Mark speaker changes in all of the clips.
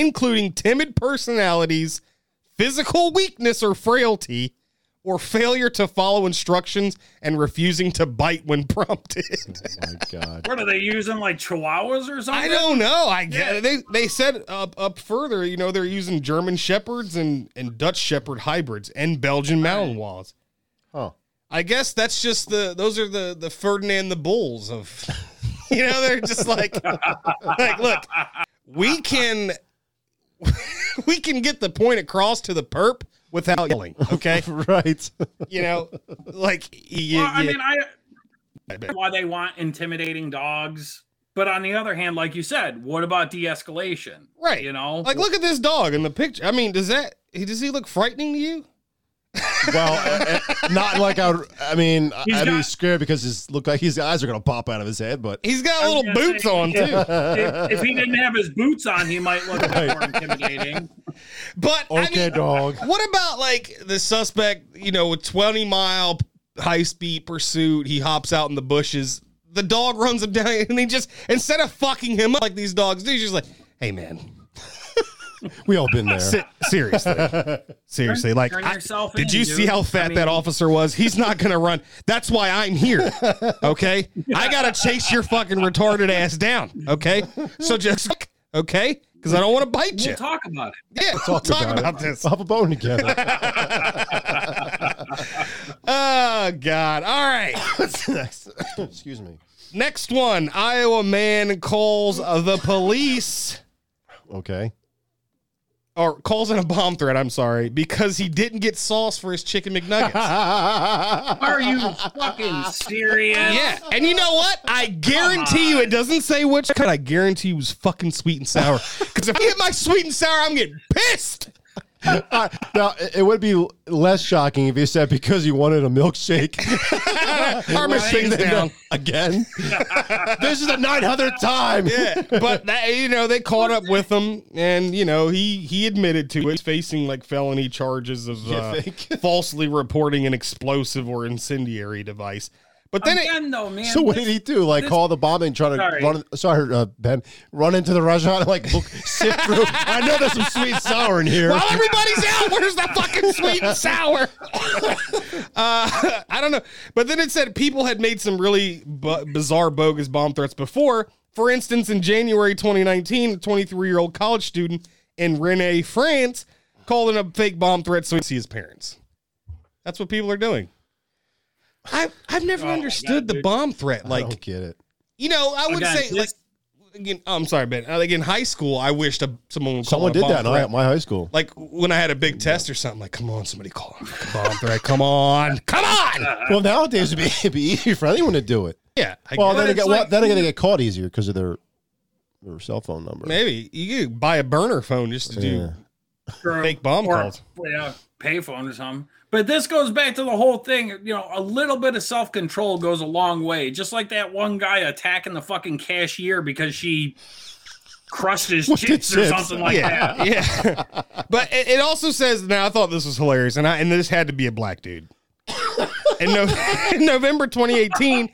Speaker 1: including timid personalities, physical weakness or frailty, or failure to follow instructions and refusing to bite when prompted.
Speaker 2: Oh My God.
Speaker 3: What do they use them like chihuahuas or something?
Speaker 1: I don't know. I
Speaker 3: Yeah.
Speaker 1: guess they they said up up further. You know, they're using German shepherds and and Dutch shepherd hybrids and Belgian Malinois.
Speaker 2: Huh.
Speaker 1: I guess that's just the those are the the Ferdinand the Bulls of you know they're just like like look we can we can get the point across to the perp without yelling okay
Speaker 2: Right.
Speaker 1: you know like you,
Speaker 3: Well, I
Speaker 1: you-
Speaker 3: mean, I why they want intimidating dogs, but on the other hand, like you said, what about de-escalation?
Speaker 1: right
Speaker 3: You know,
Speaker 1: like look at this dog in the picture I mean does that does he look frightening to you
Speaker 2: well, uh, uh, not like I. would- I mean, I-
Speaker 3: He's
Speaker 2: I'd be
Speaker 3: got-
Speaker 2: scared because his look like his eyes are gonna pop out of his head. But
Speaker 1: he's got
Speaker 3: I was
Speaker 1: little
Speaker 3: gonna
Speaker 1: boots
Speaker 3: say,
Speaker 1: on
Speaker 3: yeah.
Speaker 1: too
Speaker 3: if, if he didn't have his boots on, he might look a bit more intimidating.
Speaker 1: but I
Speaker 2: okay,
Speaker 1: mean,
Speaker 2: dog.
Speaker 1: What about like the suspect, you know, with 20 mile high speed pursuit, he hops out in the bushes, the dog runs him down, and he just instead of fucking him up like these dogs do, he's just like, hey man,
Speaker 2: We all been there.
Speaker 1: se- seriously. Seriously, like,
Speaker 3: turn
Speaker 1: I-
Speaker 3: yourself
Speaker 1: did
Speaker 3: in,
Speaker 1: you see
Speaker 3: dude.
Speaker 1: how
Speaker 3: I
Speaker 1: fat
Speaker 3: mean-
Speaker 1: that officer was? He's not gonna run. That's why I'm here. Okay, I gotta chase your fucking retarded ass down. Okay, so just okay, because I don't want to bite
Speaker 3: We'll
Speaker 1: you.
Speaker 3: talk about it.
Speaker 1: yeah, talk,
Speaker 2: about
Speaker 1: about,
Speaker 2: it.
Speaker 1: this.
Speaker 2: We'll have a bone together.
Speaker 1: Oh God! All right.
Speaker 2: What's next? Excuse me.
Speaker 1: Next one, Iowa man calls the police
Speaker 2: Okay.
Speaker 1: or calls in a bomb threat, I'm sorry, because he didn't get sauce for his chicken McNuggets.
Speaker 3: Are you fucking serious?
Speaker 1: yeah. And you know what? I guarantee you it doesn't say which kind. I guarantee it was fucking sweet and sour. Cuz if I get my sweet and sour, I'm getting pissed.
Speaker 2: Uh, now it- it would be l- less shocking if you said because you wanted a milkshake.
Speaker 1: Our machine's
Speaker 2: Then, uh,
Speaker 1: down.
Speaker 2: again. this is the nine hundredth time.
Speaker 1: Yeah, but that, you know they caught up with him, and you know he he admitted to it. He's facing like felony charges of uh,
Speaker 2: think?
Speaker 1: falsely reporting an explosive or incendiary device. But then it,
Speaker 3: Again, though, man.
Speaker 2: So what did
Speaker 3: this-
Speaker 2: he do? Like call the bomb and try to
Speaker 3: Sorry.
Speaker 2: run? Sorry, uh, Ben. Run into the restaurant and like look, sift through. I know there's some sweet and sour in here.
Speaker 1: while everybody's out, where's the fucking sweet and sour? uh, I don't know. But then it said people had made some really bu- bizarre, bogus bomb threats before. For instance, in January 2019, a 23 year old college student in Rennes, France, called in a fake bomb threat so he could see his parents. That's what people are doing. I, I've never
Speaker 3: Oh my
Speaker 1: understood
Speaker 3: God,
Speaker 1: the
Speaker 3: dude.
Speaker 1: bomb threat.
Speaker 2: I
Speaker 1: Like,
Speaker 2: don't get it.
Speaker 1: you know, I would
Speaker 3: Again,
Speaker 1: say, like,
Speaker 3: this-
Speaker 1: again, oh, I'm sorry, Ben. Like in high school, I wished a, someone would call
Speaker 2: Someone
Speaker 1: a
Speaker 2: did
Speaker 1: bomb
Speaker 2: that in
Speaker 1: threat
Speaker 2: my- my high school.
Speaker 1: like when I had a big test or something, like, come on, somebody call him. Bomb threat. Come on. Come on.
Speaker 2: Well, nowadays it'd be, it'd be easier for anyone to do it.
Speaker 1: Yeah. I
Speaker 2: Well,
Speaker 1: guess.
Speaker 2: then,
Speaker 3: But
Speaker 2: it
Speaker 3: it's
Speaker 2: get, well,
Speaker 3: like-
Speaker 2: then they're gonna get caught easier because of their their cell phone number.
Speaker 1: maybe you could buy a burner phone just to do.
Speaker 3: or-
Speaker 1: fake bomb
Speaker 3: or,
Speaker 1: calls.
Speaker 3: Yeah, payphone or something. But this goes back to the whole thing. You know, a little bit of self control goes a long way. Just like that one guy attacking the fucking cashier because she crushed his
Speaker 2: With the
Speaker 3: chips or
Speaker 2: chips.
Speaker 3: something like that.
Speaker 1: Yeah. Yeah. but it, it also says, now I thought this was hilarious, and I and this had to be a black dude. In, no, in November 2018,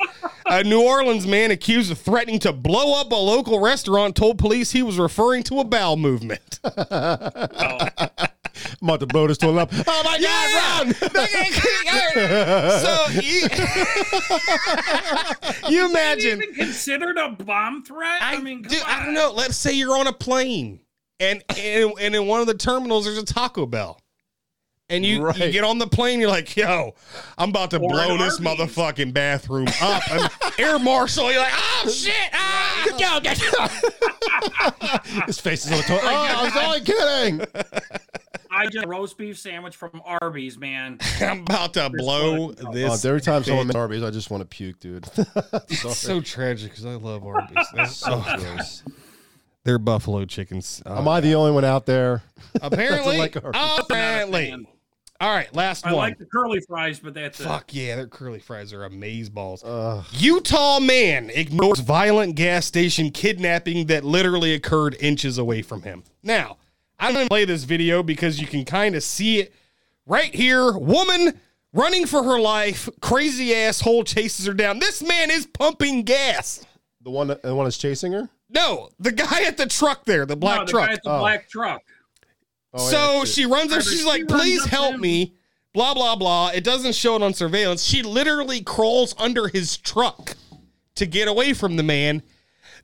Speaker 1: a New Orleans man accused of threatening to blow up a local restaurant told police he was referring to a bowel movement.
Speaker 2: I'm about to blow this toilet up. Oh my
Speaker 1: Yeah, so you, you imagine
Speaker 3: Even considered a bomb threat? I, mean,
Speaker 1: dude,
Speaker 3: come
Speaker 1: I don't
Speaker 3: on.
Speaker 1: know. Let's say you're on a plane, and and, and in one of the terminals there's a Taco Bell, and you, you
Speaker 2: Right.
Speaker 1: get on the plane, you're like, "Yo, I'm about to
Speaker 3: Or
Speaker 1: blow
Speaker 3: an
Speaker 1: this
Speaker 3: Arby's.
Speaker 1: motherfucking bathroom up." And Air Marshal, you're like, "Oh shit!" Ah, yo, get-
Speaker 2: God. His face is on the toilet. Oh, I was only kidding.
Speaker 3: I just roast beef sandwich from Arby's, man.
Speaker 1: I'm about to blow
Speaker 2: Oh,
Speaker 1: this.
Speaker 2: every time someone makes Arby's, I just want to puke, dude.
Speaker 1: It's so tragic because I love Arby's. They're so
Speaker 2: gross.
Speaker 1: They're buffalo chickens. Uh,
Speaker 2: Am I the only one out there?
Speaker 1: apparently,
Speaker 2: like Arby's.
Speaker 1: apparently.
Speaker 3: fan.
Speaker 1: All right, last
Speaker 3: I
Speaker 1: one.
Speaker 3: like the curly fries, but that's it.
Speaker 1: Fuck yeah, their curly fries are amaze balls.
Speaker 2: Ugh.
Speaker 1: Utah man ignores violent gas station kidnapping that literally occurred inches away from him. Now, I'm going to play this video because you can kind of see it right here. Woman running for her life, crazy asshole chases her down. This man is pumping gas.
Speaker 2: The one, the one that's chasing her.
Speaker 1: No, the guy at the truck there, the black
Speaker 3: no, the
Speaker 1: truck.
Speaker 3: guy at the
Speaker 2: Oh.
Speaker 3: black truck.
Speaker 2: Oh, yeah,
Speaker 1: so
Speaker 2: that's it.
Speaker 1: she runs up.
Speaker 3: She
Speaker 1: She's like,
Speaker 3: runs
Speaker 1: "Please
Speaker 3: up to
Speaker 1: help
Speaker 3: him.
Speaker 1: me." Blah blah blah. It doesn't show it on surveillance. She literally crawls under his truck to get away from the man.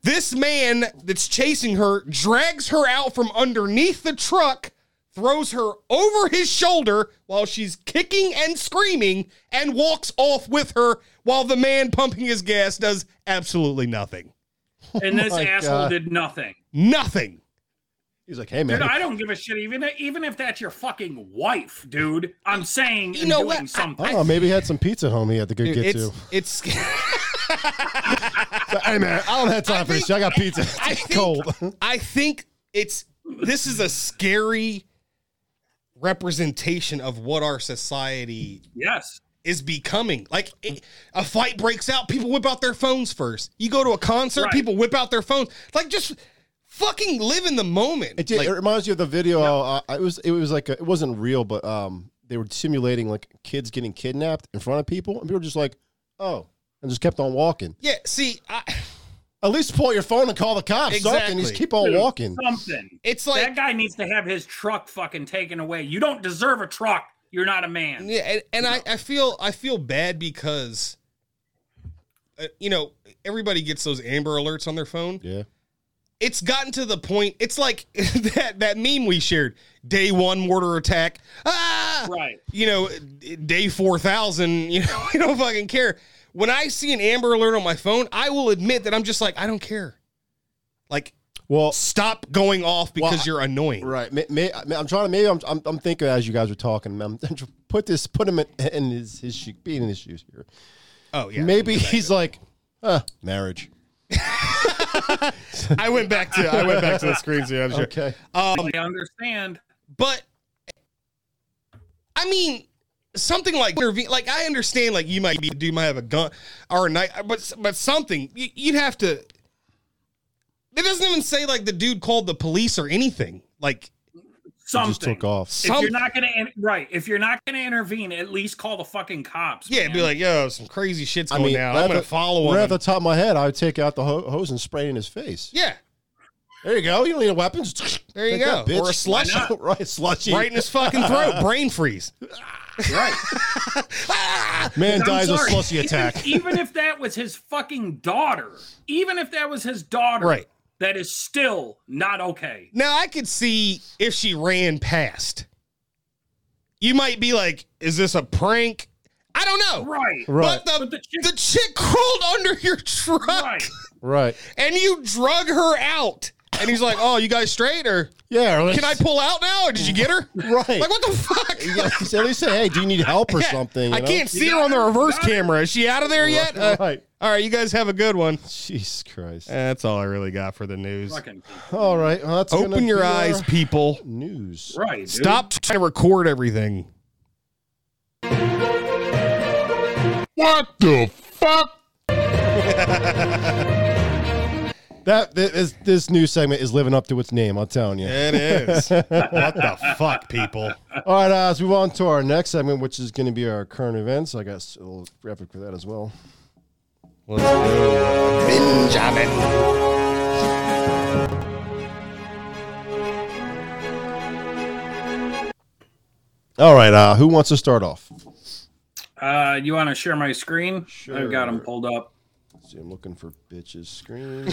Speaker 1: This man that's chasing her drags her out from underneath the truck, throws her over his shoulder while she's kicking and screaming, and walks off with her while the man pumping his gas does absolutely nothing. Oh
Speaker 3: And this
Speaker 2: my
Speaker 3: asshole
Speaker 2: God.
Speaker 3: did nothing.
Speaker 1: Nothing.
Speaker 2: he's like, hey man,
Speaker 3: Dude, I don't give a shit. Even even if that's your fucking wife, dude. I'm saying
Speaker 1: You
Speaker 3: and
Speaker 1: know
Speaker 3: doing
Speaker 1: what? I-
Speaker 3: something.
Speaker 2: oh, maybe he had some pizza home he had to go get
Speaker 1: it's
Speaker 2: to.
Speaker 1: it's
Speaker 2: So, hey man, I don't have time for this. shit. I got pizza.
Speaker 1: I
Speaker 2: It's
Speaker 1: think-
Speaker 2: cold.
Speaker 1: I think it's this is a scary representation of what our society
Speaker 3: yes.
Speaker 1: is becoming. Like it, a fight breaks out, people whip out their phones first. You go to a concert,
Speaker 3: Right.
Speaker 1: people whip out their phones. Like just fucking live in the moment.
Speaker 2: It, did,
Speaker 1: Like,
Speaker 2: it reminds you of the video. Uh, it was it was like a, it wasn't real, but um, they were simulating like kids getting kidnapped in front of people, and people were just like, "Oh," and just kept on walking.
Speaker 1: yeah, see, I,
Speaker 2: At least pull out your phone and call the cops. Something. Just
Speaker 1: Exactly.
Speaker 2: keep on
Speaker 3: Dude,
Speaker 2: walking.
Speaker 3: Something.
Speaker 1: it's like
Speaker 3: that guy needs to have his truck fucking taken away. You don't deserve a truck. You're not a man.
Speaker 1: Yeah, and, and I, I feel I feel bad because uh, you know everybody gets those Amber Alerts on their phone.
Speaker 2: Yeah.
Speaker 1: It's gotten to the point. It's like that that meme we shared: day one mortar attack, ah,
Speaker 3: Right.
Speaker 1: you know, day four thousand. You know, I don't fucking care. When I see an Amber Alert on my phone, I will admit that I'm just like I don't care. Like,
Speaker 2: Well,
Speaker 1: stop going off because
Speaker 2: I-
Speaker 1: you're annoying.
Speaker 2: right. May, may, I- I'm trying to. Maybe I'm, I'm. I'm thinking as you guys were talking. I'm, put this. Put him in, in his his shoe, be in his shoes here.
Speaker 1: Oh yeah.
Speaker 2: maybe he's like, uh, marriage.
Speaker 1: I went back to I went back to the screens. Yeah, I'm sure.
Speaker 2: Okay.
Speaker 1: Um,
Speaker 3: I understand.
Speaker 1: but I mean, something like intervene. Like I understand, like you might be, you might have a gun or a knife, but but something you, you'd have to. It doesn't even say like the dude called the police or anything. Like
Speaker 2: He
Speaker 3: Something.
Speaker 2: just took off.
Speaker 3: If
Speaker 1: something.
Speaker 3: you're not gonna in- right, if you're not gonna intervene, at least call the fucking cops.
Speaker 1: yeah, it'd be
Speaker 3: man.
Speaker 1: like, yo, some crazy shit's
Speaker 2: I
Speaker 1: going
Speaker 2: mean,
Speaker 1: down.
Speaker 2: right
Speaker 1: I'm
Speaker 2: at
Speaker 1: gonna
Speaker 2: the-
Speaker 1: follow
Speaker 2: Right
Speaker 1: him.
Speaker 2: off the top of my head, I would take out the ho- hose and spray it in his face.
Speaker 1: yeah,
Speaker 2: There you go. You don't need a weapon.
Speaker 1: There you
Speaker 2: Take
Speaker 1: go.
Speaker 2: that,
Speaker 1: Or a
Speaker 2: bitch.
Speaker 1: slush.
Speaker 2: Why not? right, slushy.
Speaker 1: right in his fucking throat, brain freeze. Ah!
Speaker 3: right.
Speaker 2: Man
Speaker 3: I'm
Speaker 2: dies of
Speaker 3: sorry.
Speaker 2: slushy attack.
Speaker 3: even if that was his fucking daughter, even if that was his daughter,
Speaker 1: Right.
Speaker 3: that is still not okay.
Speaker 1: Now I could see if she ran past. You might be like, is this a prank? I don't know.
Speaker 3: Right.
Speaker 2: Right,
Speaker 1: But the,
Speaker 3: But the chick-
Speaker 1: the chick crawled under your truck
Speaker 3: Right.
Speaker 2: right.
Speaker 1: and you drug her out. And he's like, "Oh, you guys straight or
Speaker 2: Yeah. or
Speaker 1: can I pull out now? Or did you get her?
Speaker 2: Right.
Speaker 1: Like what the fuck?
Speaker 2: Yeah, at least say, hey, do you need help or
Speaker 1: Yeah.
Speaker 2: something?
Speaker 1: I
Speaker 2: you know?
Speaker 1: can't see
Speaker 3: You
Speaker 1: her on the
Speaker 3: got her?
Speaker 1: reverse
Speaker 3: You got her?
Speaker 1: camera. Is she out of there yet? Uh,
Speaker 2: Right.
Speaker 1: All right, you guys have a good one.
Speaker 2: Jesus Christ.
Speaker 1: That's all I really got for the news.
Speaker 3: Fucking
Speaker 2: All right. Well, that's gonna
Speaker 1: Open your
Speaker 2: be uh, our
Speaker 1: eyes, people.
Speaker 2: News.
Speaker 3: right. dude.
Speaker 1: Stop trying to record everything.
Speaker 2: What the fuck? that thi- this, this new segment is living up to its name. I'm telling you.
Speaker 1: It is. what the fuck, people?
Speaker 2: All right, uh, let's move on to our next segment, which is going to be our current events. I guess a little graphic for that as well.
Speaker 1: Benjamin.
Speaker 2: All right, uh, who wants to start off?
Speaker 3: Uh, you want to share my screen? I've got them
Speaker 2: Sure.
Speaker 3: pulled up.
Speaker 2: Let's see, I'm looking for bitches screen.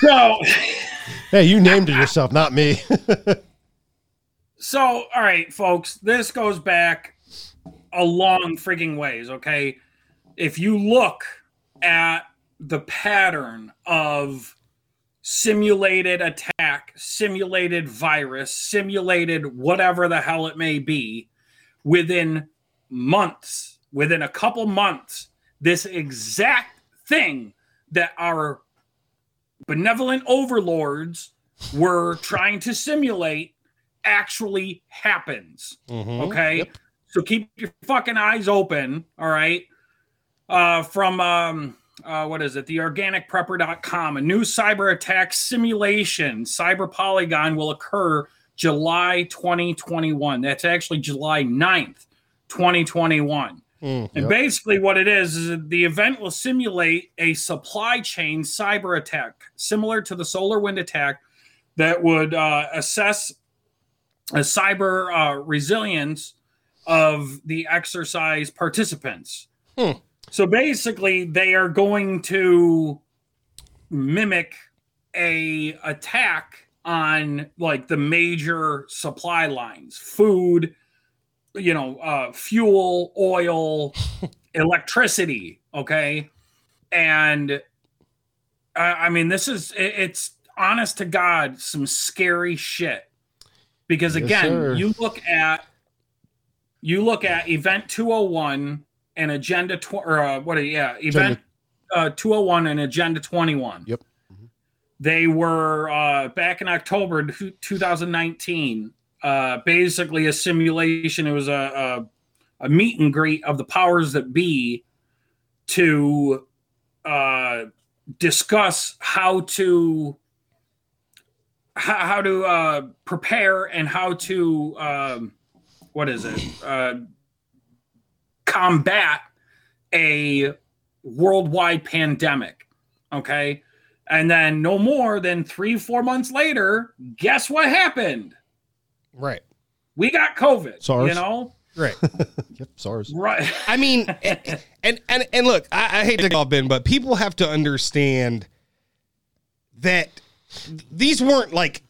Speaker 3: So,
Speaker 2: hey, you named it yourself, not me.
Speaker 3: so all right, folks. This goes back a long freaking ways. Okay, if you look at the pattern of simulated attack, simulated virus, simulated whatever the hell it may be, within months, within a couple months, this exact thing that our benevolent overlords were trying to simulate actually happens.
Speaker 2: Oh,
Speaker 3: Okay. So keep your fucking eyes open. All right. Uh, from um, uh, what is it? The organicprepper.com. A new cyber attack simulation, cyber polygon will occur July 2021. That's actually July 9th, 2021.
Speaker 2: Mm-hmm.
Speaker 3: And basically, what it is is that the event will simulate a supply chain cyber attack, similar to the solar wind attack, that would uh, assess a cyber uh, resilience of the exercise participants.
Speaker 1: Hmm.
Speaker 3: So basically, they are going to mimic a attack on like the major supply lines, food, you know, uh, fuel, oil, electricity. Okay. And I, I mean, this is, it- it's honest to God, some scary shit. Because
Speaker 2: Yes,
Speaker 3: again,
Speaker 2: sir.
Speaker 3: you look at, you look at event 201 and agenda, tw- or uh, what, yeah, event uh, 201 and agenda 21.
Speaker 2: Yep.
Speaker 3: They were uh, back in October t- 2019 uh, basically a simulation. It was a, a a meet and greet of the powers that be to uh, discuss how to how, how to uh, prepare and how to um, what is it uh, combat a worldwide pandemic. Okay. And then no more than three, four months later, guess what happened?
Speaker 1: Right.
Speaker 3: we got COVID.
Speaker 2: SARS.
Speaker 3: You know,
Speaker 1: Right.
Speaker 2: Yep, SARS.
Speaker 3: right?
Speaker 1: I mean, and and and look, I, I hate to go off Ben, but people have to understand that these weren't like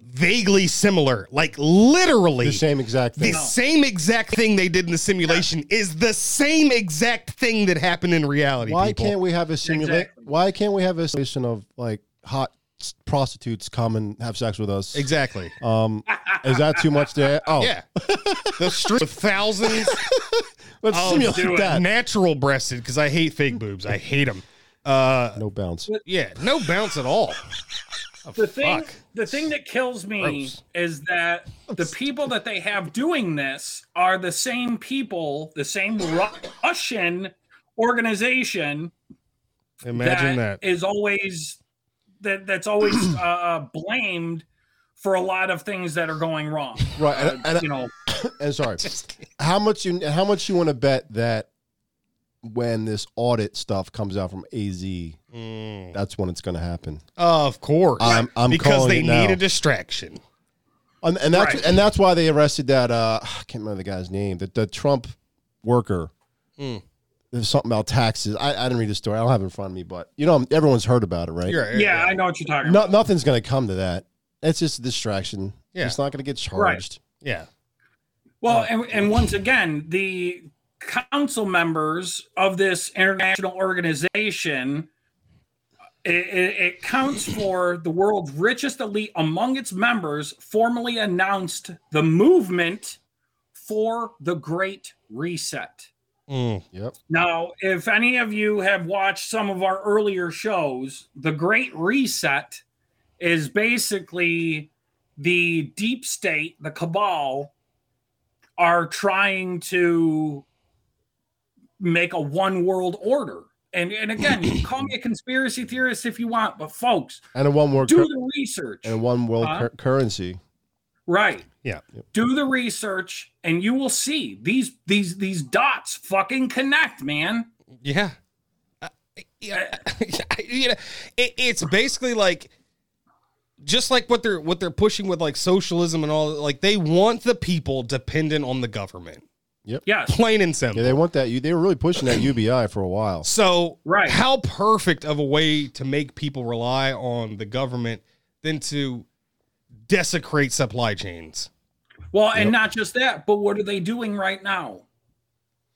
Speaker 1: vaguely similar. Like literally,
Speaker 2: The same exact
Speaker 1: the
Speaker 2: thing.
Speaker 1: same exact thing they did in the simulation is the same exact thing that happened in reality.
Speaker 2: Why
Speaker 1: people.
Speaker 2: can't we have a simulation?
Speaker 3: Exactly.
Speaker 2: Why can't we have a simulation of like hot s- prostitutes come and have sex with us?
Speaker 1: exactly?
Speaker 2: Um, is that too much to? Oh,
Speaker 1: Yeah, the street with thousands
Speaker 2: let's
Speaker 1: I'll
Speaker 3: do
Speaker 2: simulate
Speaker 3: it.
Speaker 2: that.
Speaker 1: natural breasted because I hate fake boobs. I hate them. Uh,
Speaker 2: No bounce.
Speaker 1: yeah, no bounce at all.
Speaker 3: The thing,
Speaker 1: Oh, Fuck.
Speaker 3: the thing that kills me
Speaker 1: Gross.
Speaker 3: is that the people that they have doing this are the same people, the same Ru- Russian organization.
Speaker 1: Imagine that.
Speaker 3: is always that that's always uh, uh, blamed for a lot of things that are going wrong.
Speaker 2: Right,
Speaker 3: Uh,
Speaker 2: and- and-
Speaker 3: you know,
Speaker 2: And sorry, how much you how much you want to bet that when this audit stuff comes out from AZ,
Speaker 1: Mm.
Speaker 2: that's when it's going to happen.
Speaker 1: Of course.
Speaker 2: I'm- I'm
Speaker 1: because
Speaker 2: calling
Speaker 1: they
Speaker 2: it now.
Speaker 1: need a distraction.
Speaker 2: And, and that's
Speaker 3: Right.
Speaker 2: and that's why they arrested that. Uh, I can't remember the guy's name. The, the Trump worker.
Speaker 3: Hmm.
Speaker 1: Mm.
Speaker 2: There's something about taxes. I, I didn't read the story. I don't have it in front of me, but you know everyone's heard about it, right?
Speaker 1: You're right,
Speaker 3: yeah, I know what you're talking about.
Speaker 2: No, nothing's going to come to that. It's just a distraction.
Speaker 1: Yeah.
Speaker 2: It's not going to get
Speaker 3: Right.
Speaker 2: charged.
Speaker 1: Yeah.
Speaker 3: Well, and, and once again, the council members of this international organization, it, it, it counts for the world's richest elite among its members, formally announced the movement for the Great Reset. Hmm.
Speaker 1: Mm.
Speaker 2: Yep.
Speaker 3: Now, if any of you have watched some of our earlier shows, the Great Reset is basically the deep state, the cabal, are trying to make a one world order. And, and again, you can call me a conspiracy theorist if you want, but folks,
Speaker 2: And a one world
Speaker 3: do
Speaker 2: cur-
Speaker 3: the research.
Speaker 2: and a one world
Speaker 3: Huh?
Speaker 2: cur- currency.
Speaker 3: Right.
Speaker 1: Yeah.
Speaker 2: Yep.
Speaker 3: Do the research and you will see these these these dots fucking connect, man.
Speaker 1: Yeah. Uh, yeah. you know, it, it's basically like just like what they're what they're pushing with like socialism and all like they want the people dependent on the government.
Speaker 3: Yes.
Speaker 1: Plain and
Speaker 2: Yeah,
Speaker 1: simple.
Speaker 2: they want that. You they were really pushing that UBI for a while.
Speaker 1: So
Speaker 3: Right.
Speaker 1: how perfect of a way to make people rely on the government than to desecrate supply chains.
Speaker 3: Well, and not just that, but what are they doing right now?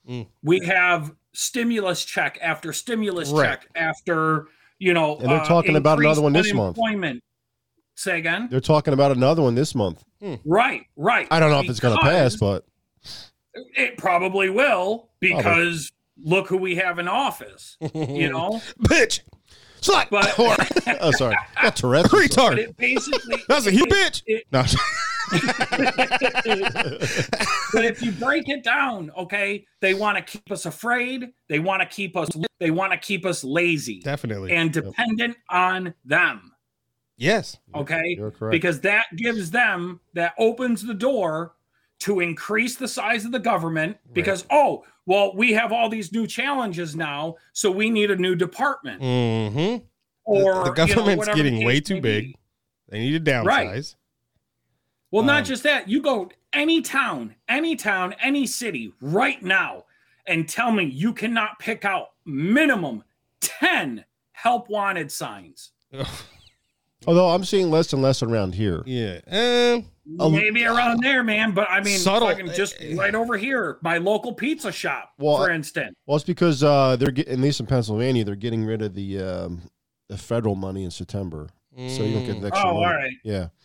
Speaker 1: Mm.
Speaker 3: We have stimulus check after stimulus
Speaker 1: Right.
Speaker 3: check after, you know, uh,
Speaker 2: And they're talking about another
Speaker 3: increased
Speaker 2: one this month.
Speaker 3: unemployment. Say again.
Speaker 2: They're talking about another one this month.
Speaker 3: Right, right.
Speaker 2: I don't know if it's going to pass, but
Speaker 3: Because it probably will because look who we have in office. you know,
Speaker 1: Bitch. Slut.
Speaker 3: But-
Speaker 1: Whore.
Speaker 2: oh, sorry, not Tourette's. or something.
Speaker 3: but
Speaker 1: Retard.
Speaker 3: it basically
Speaker 1: That's a huge bitch. No.
Speaker 3: but if you break it down, okay, they want to keep us afraid. They want to keep us. They want to keep us lazy
Speaker 1: Definitely.
Speaker 3: and dependent on them.
Speaker 1: yes.
Speaker 3: Okay,
Speaker 2: You're correct.
Speaker 3: because that gives them that opens the door to increase the size of the government because oh well we have all these new challenges now so we need a new department
Speaker 1: Mm-hmm.
Speaker 3: or
Speaker 1: the
Speaker 3: you know,
Speaker 1: government's
Speaker 3: whatever
Speaker 1: getting
Speaker 3: the
Speaker 1: way
Speaker 3: case
Speaker 1: too
Speaker 3: may
Speaker 1: big.
Speaker 3: be.
Speaker 1: They need to downsize.
Speaker 3: Right. Well,
Speaker 1: Um,
Speaker 3: not just that. You go any town, any town, any city right now and tell me you cannot pick out minimum 10 help wanted signs.
Speaker 2: Although I'm seeing less and less around here.
Speaker 1: Yeah. Uh,
Speaker 2: Um,
Speaker 3: Maybe around there, man, but I mean,
Speaker 1: Subtle.
Speaker 3: fucking just
Speaker 1: Eh.
Speaker 3: right over here, my local pizza shop,
Speaker 2: Well,
Speaker 3: for
Speaker 2: I-
Speaker 3: instance.
Speaker 2: Well, it's because uh, they're getting, at least in Pennsylvania, they're getting rid of the um, the federal money in September, so you don't get
Speaker 1: mm,
Speaker 2: the
Speaker 3: Oh,
Speaker 2: extra.
Speaker 3: all
Speaker 2: money.
Speaker 3: right.
Speaker 2: Yeah,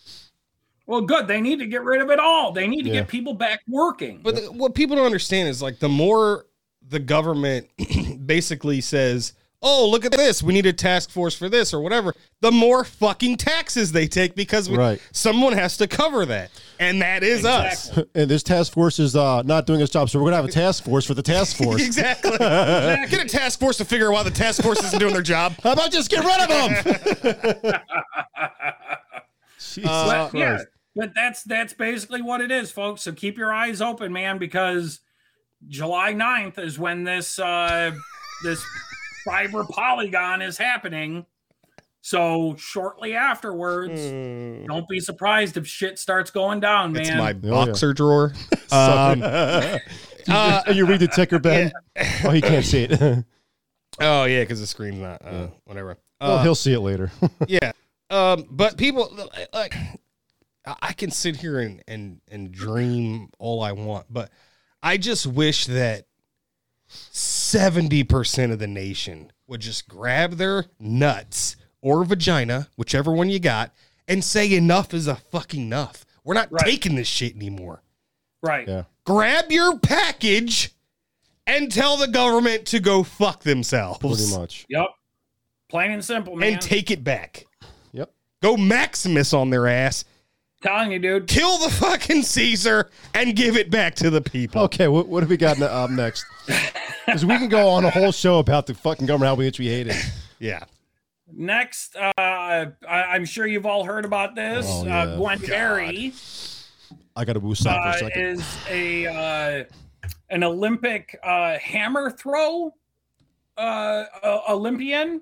Speaker 3: Well, good. They need to get rid of it all. They need to
Speaker 2: Yeah.
Speaker 3: get people back working.
Speaker 1: But the, what people don't understand is like the more the government basically says, "Oh, look at this. We need a task force for this or whatever," the more fucking taxes they take because we,
Speaker 2: Right.
Speaker 1: someone has to cover that, and that is us.
Speaker 2: and this task force is uh, not doing its job, so we're gonna have a task force for the task force.
Speaker 1: Exactly.
Speaker 3: Exactly.
Speaker 1: Get a task force to figure out why the task force isn't doing their job.
Speaker 2: How about just get rid of them? Jesus
Speaker 1: Uh,
Speaker 3: but, yeah, but that's that's basically what it is, folks. So keep your eyes open, man, because July 9th is when this uh this fiber polygon is happening. So shortly afterwards, don't be surprised if shit starts going down, man.
Speaker 1: It's my
Speaker 2: yeah.
Speaker 1: boxer drawer. Um,
Speaker 2: Uh, you read the ticker, Ben. Oh, he can't see it. well,
Speaker 1: oh yeah, because the screen's not. Uh, Whatever. Uh,
Speaker 2: he'll see it later.
Speaker 1: yeah um but people like I- i can sit here and and and dream all i want but i just wish that 70% of the nation would just grab their nuts or vagina whichever one you got and say enough is a fucking enough we're not
Speaker 3: Right.
Speaker 1: taking this shit anymore
Speaker 3: right.
Speaker 2: yeah.
Speaker 1: grab your package and tell the government to go fuck themselves
Speaker 2: Pretty much.
Speaker 3: Yep. Plain and simple, man.
Speaker 1: and take it back
Speaker 2: Yep.
Speaker 1: go maximus on their ass
Speaker 3: telling you, dude.
Speaker 1: kill the fucking Caesar and give it back to the people.
Speaker 2: Okay, what, what have we got up next? Because we can go on a whole show about the fucking government, how much we hate it.
Speaker 1: Yeah.
Speaker 3: Next, uh, I, I'm sure you've all heard about this.
Speaker 2: Oh, yeah.
Speaker 3: uh, Gwen Berry.
Speaker 2: I got to woo sock for a
Speaker 3: uh,
Speaker 2: second.
Speaker 3: is a uh, an Olympic uh, hammer throw uh, uh, Olympian.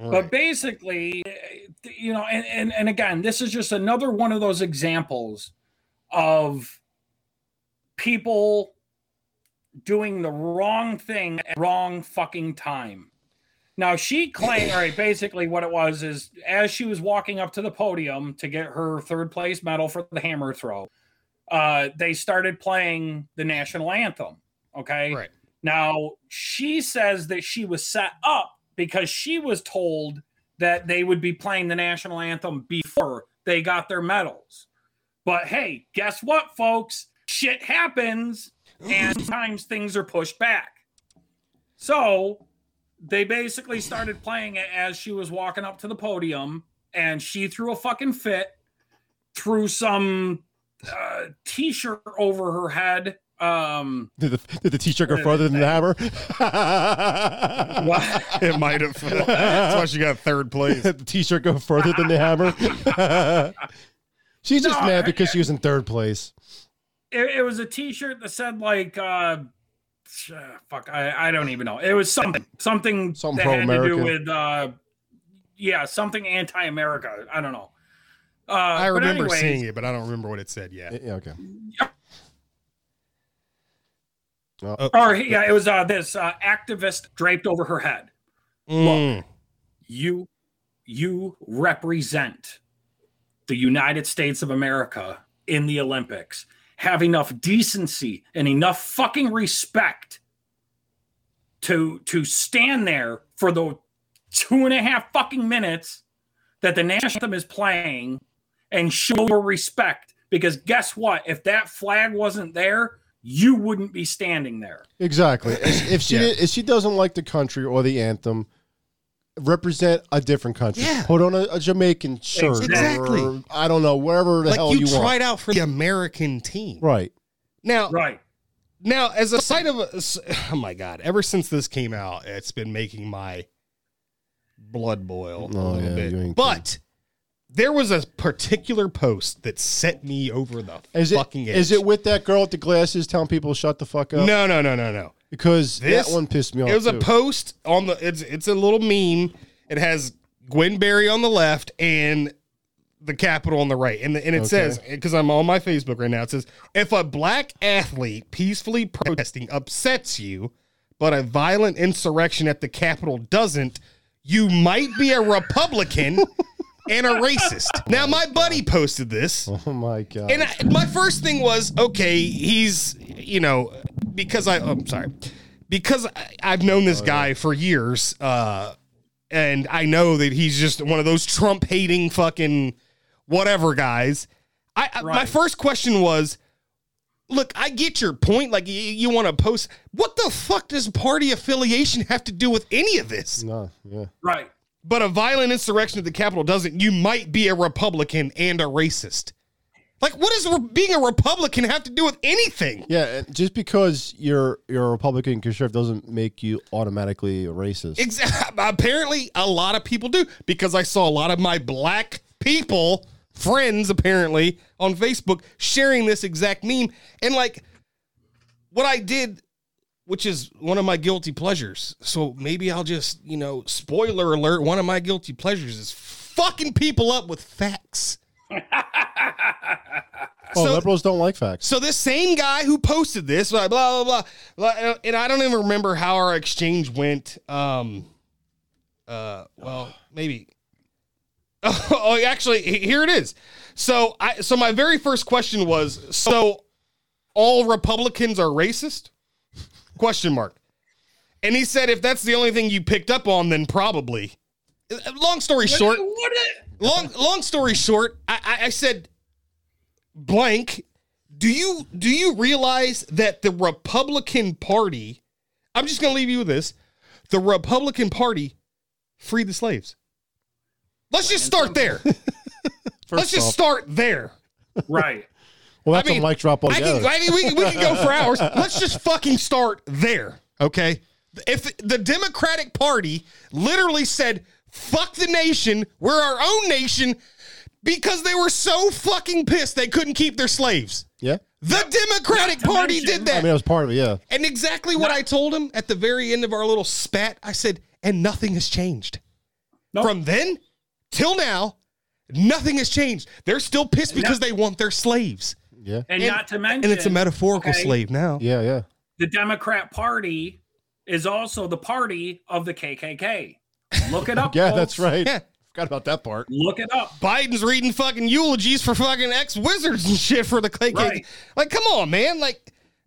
Speaker 3: But basically, eh, you know, and, and and again, this is just another one of those examples of people doing the wrong thing at wrong fucking time. Now she claimed, all right, basically what it was is as she was walking up to the podium to get her third place medal for the hammer throw, uh, they started playing the national anthem. Okay.
Speaker 1: Right.
Speaker 3: Now she says that she was set up because she was told that they would be playing the national anthem before they got their medals. But hey, guess what, folks? Shit happens, and sometimes things are pushed back. So they basically started playing it as she was walking up to the podium, and she threw a fucking fit, threw some uh, t-shirt over her head. Um,
Speaker 2: Did the, did the t-shirt go further than the hammer?
Speaker 3: what?
Speaker 1: It might have. That's why she got third place.
Speaker 2: Did the t-shirt go further than the hammer? She's just
Speaker 3: No,
Speaker 2: mad because she was in third place.
Speaker 3: it, it was a t-shirt that said like uh sh- uh, fuck I, I don't even know it was something something,
Speaker 2: Something
Speaker 3: that had to do
Speaker 2: pro-American.
Speaker 3: with uh yeah something anti-america i don't know uh
Speaker 1: I remember seeing it, but I don't remember what it said yet.
Speaker 2: Eh, Yeah, okay.
Speaker 3: or yeah it was uh this uh activist draped over her head
Speaker 1: Mm.
Speaker 3: you you represent the United States of America in the Olympics. Have enough decency and enough fucking respect to to stand there for the two and a half fucking minutes that the national anthem is playing and show your respect. Because guess what? If that flag wasn't there, you wouldn't be standing there.
Speaker 2: Exactly. If if she
Speaker 1: Yeah.
Speaker 2: if she doesn't like the country or the anthem, represent a different country.
Speaker 1: Yeah.
Speaker 2: Put on a, a Jamaican shirt.
Speaker 1: Exactly.
Speaker 2: Or, I don't know, wherever the
Speaker 1: Like
Speaker 2: hell
Speaker 1: you,
Speaker 2: you, want.
Speaker 1: tried out for the American team.
Speaker 2: Right.
Speaker 1: Now,
Speaker 3: Right.
Speaker 1: now as a site of, a, oh my god! Ever since this came out, it's been making my blood boil a
Speaker 2: Oh,
Speaker 1: little
Speaker 2: yeah, you ain't
Speaker 1: bit.
Speaker 2: kidding.
Speaker 1: But there was a particular post that sent me over the
Speaker 2: Is it,
Speaker 1: fucking edge.
Speaker 2: is it with that girl with the glasses telling people to shut the fuck up?
Speaker 1: No, no, no, no, no.
Speaker 2: Because
Speaker 1: This-
Speaker 2: that one pissed me off.
Speaker 1: It was a
Speaker 2: too.
Speaker 1: post on the. It's it's a little meme. It has Gwen Berry on the left and the Capitol on the right, and the, and it says because I'm on my Facebook right now. It says if a black athlete peacefully protesting upsets you, but a violent insurrection at the Capitol doesn't, you might be a Republican. And a racist. Now, my buddy posted this,
Speaker 2: Oh my god.
Speaker 1: and I, my first thing was, okay, he's, you know, because I, I'm sorry, because I, I've known this guy for years, uh, and I know that he's just one of those Trump hating fucking whatever guys. I, I my
Speaker 3: Right.
Speaker 1: first question was, look, I get your point. Like you, you want to post, what the fuck does party affiliation have to do with any of this?
Speaker 2: no, yeah.
Speaker 3: Right.
Speaker 1: but a violent insurrection at the Capitol doesn't, you might be a Republican and a racist. Like, what does re- being a Republican have to do with anything?
Speaker 2: Yeah, and just because you're you're a Republican conservative doesn't make you automatically a racist.
Speaker 1: Exactly. Apparently, a lot of people do because I saw a lot of my black people friends apparently on Facebook sharing this exact meme. And like, what I did, which is one of my guilty pleasures. So maybe I'll just, you know, spoiler alert: one of my guilty pleasures is fucking people up with facts.
Speaker 2: oh,
Speaker 1: so-
Speaker 2: liberals don't like facts.
Speaker 1: So this same guy who posted this, blah blah blah, blah, blah and I don't even remember how our exchange went. Um, uh, well, maybe. Oh, actually, he- here it is. So I, so my very first question was, so all Republicans are racist? Question mark. And he said, if that's the only thing you picked up on, then probably. Uh, Long story short,
Speaker 3: What a-
Speaker 1: long long story short, I, I, I said blank. Do you do you realize that the Republican Party? I'm just gonna leave you with this. The Republican Party freed the slaves. Let's just start there. Let's just start there.
Speaker 3: right.
Speaker 2: Well, that's
Speaker 1: I mean,
Speaker 2: a mic drop
Speaker 1: I
Speaker 2: altogether.
Speaker 1: can, I mean, we, can- we can go for hours. Let's just fucking start there, okay? If the Democratic Party literally said, fuck the nation, we're our own nation, because they were so fucking pissed they couldn't keep their slaves.
Speaker 2: yeah,
Speaker 1: The Democratic
Speaker 3: Not to
Speaker 1: Party
Speaker 3: mention-
Speaker 1: did that.
Speaker 2: I mean, I was part of it. Yeah,
Speaker 1: and exactly what I told him at the very end of our little spat, I said, and nothing has changed.
Speaker 3: Nope.
Speaker 1: From then till now, nothing has changed. They're still pissed because they want their slaves.
Speaker 2: yeah,
Speaker 3: And,
Speaker 1: And-
Speaker 3: not to mention,
Speaker 1: And it's a metaphorical
Speaker 3: okay.
Speaker 1: slave now.
Speaker 2: yeah, yeah.
Speaker 3: the Democrat Party is also the party of the KKK. Look it up.
Speaker 2: Yeah,
Speaker 3: folks.
Speaker 2: that's right.
Speaker 1: Yeah.
Speaker 2: Forgot about that part.
Speaker 3: Look it up.
Speaker 1: Biden's reading fucking eulogies for fucking ex wizards and shit for the KKK.
Speaker 3: Right.
Speaker 1: Like, come on, man. Like,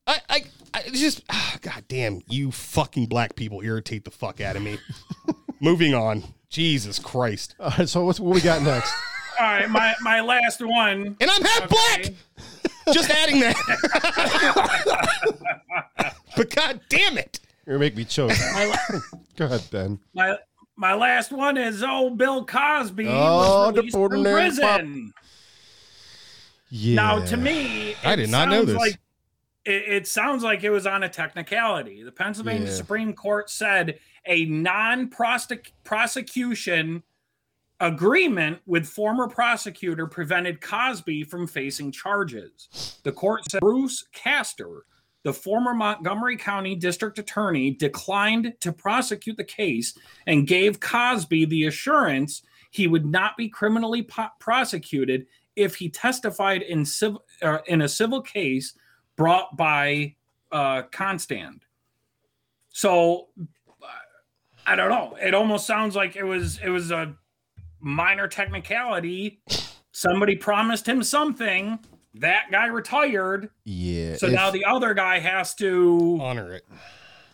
Speaker 1: I, I, I it's just, ah, god damn, you fucking black people irritate the fuck out of me. Moving on. Jesus Christ.
Speaker 2: All right, so what's, what we got next?
Speaker 3: All right, my my last one.
Speaker 1: And I'm half
Speaker 3: Okay.
Speaker 1: black. Just adding that. but god damn it.
Speaker 2: You're gonna make me choke.
Speaker 3: My, la-
Speaker 2: Go ahead, Ben.
Speaker 3: my my last one is old Bill Cosby
Speaker 2: Oh,
Speaker 3: was released from
Speaker 2: deported
Speaker 3: prison.
Speaker 2: Yeah.
Speaker 3: Now, to me,
Speaker 1: I
Speaker 3: it
Speaker 1: did not know
Speaker 3: sounds
Speaker 1: this.
Speaker 3: Like, it, it sounds like it was on a technicality. The Pennsylvania
Speaker 2: Yeah.
Speaker 3: Supreme Court said a non-prosecution agreement with former prosecutor prevented Cosby from facing charges. The court said Bruce Castor, the former Montgomery County District Attorney, declined to prosecute the case and gave Cosby the assurance he would not be criminally po- prosecuted if he testified in civil uh, in a civil case brought by uh, Constand. So uh, I don't know. It almost sounds like it was it was a minor technicality. Somebody promised him something. That guy retired,
Speaker 2: yeah.
Speaker 3: so
Speaker 2: if-
Speaker 3: now the other guy has to
Speaker 1: Honor it.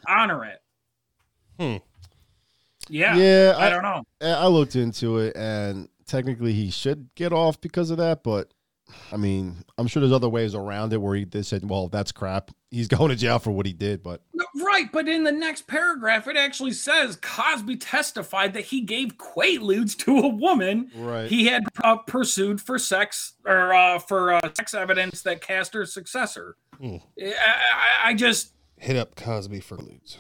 Speaker 3: honor it.
Speaker 1: Hmm.
Speaker 3: Yeah,
Speaker 2: yeah,
Speaker 3: I don't know.
Speaker 2: I, I looked into it, and technically he should get off because of that, but. I mean, I'm sure there's other ways around it where he they said, "Well, that's crap. He's going to jail for what he did." But
Speaker 3: No, Right, but in the next paragraph, it actually says Cosby testified that he gave quaaludes to a woman
Speaker 2: right,
Speaker 3: he had uh, pursued for sex or uh, for uh, sex evidence that cast her successor.
Speaker 1: Hmm.
Speaker 3: I, I, I just
Speaker 1: Hit up Cosby for lewds.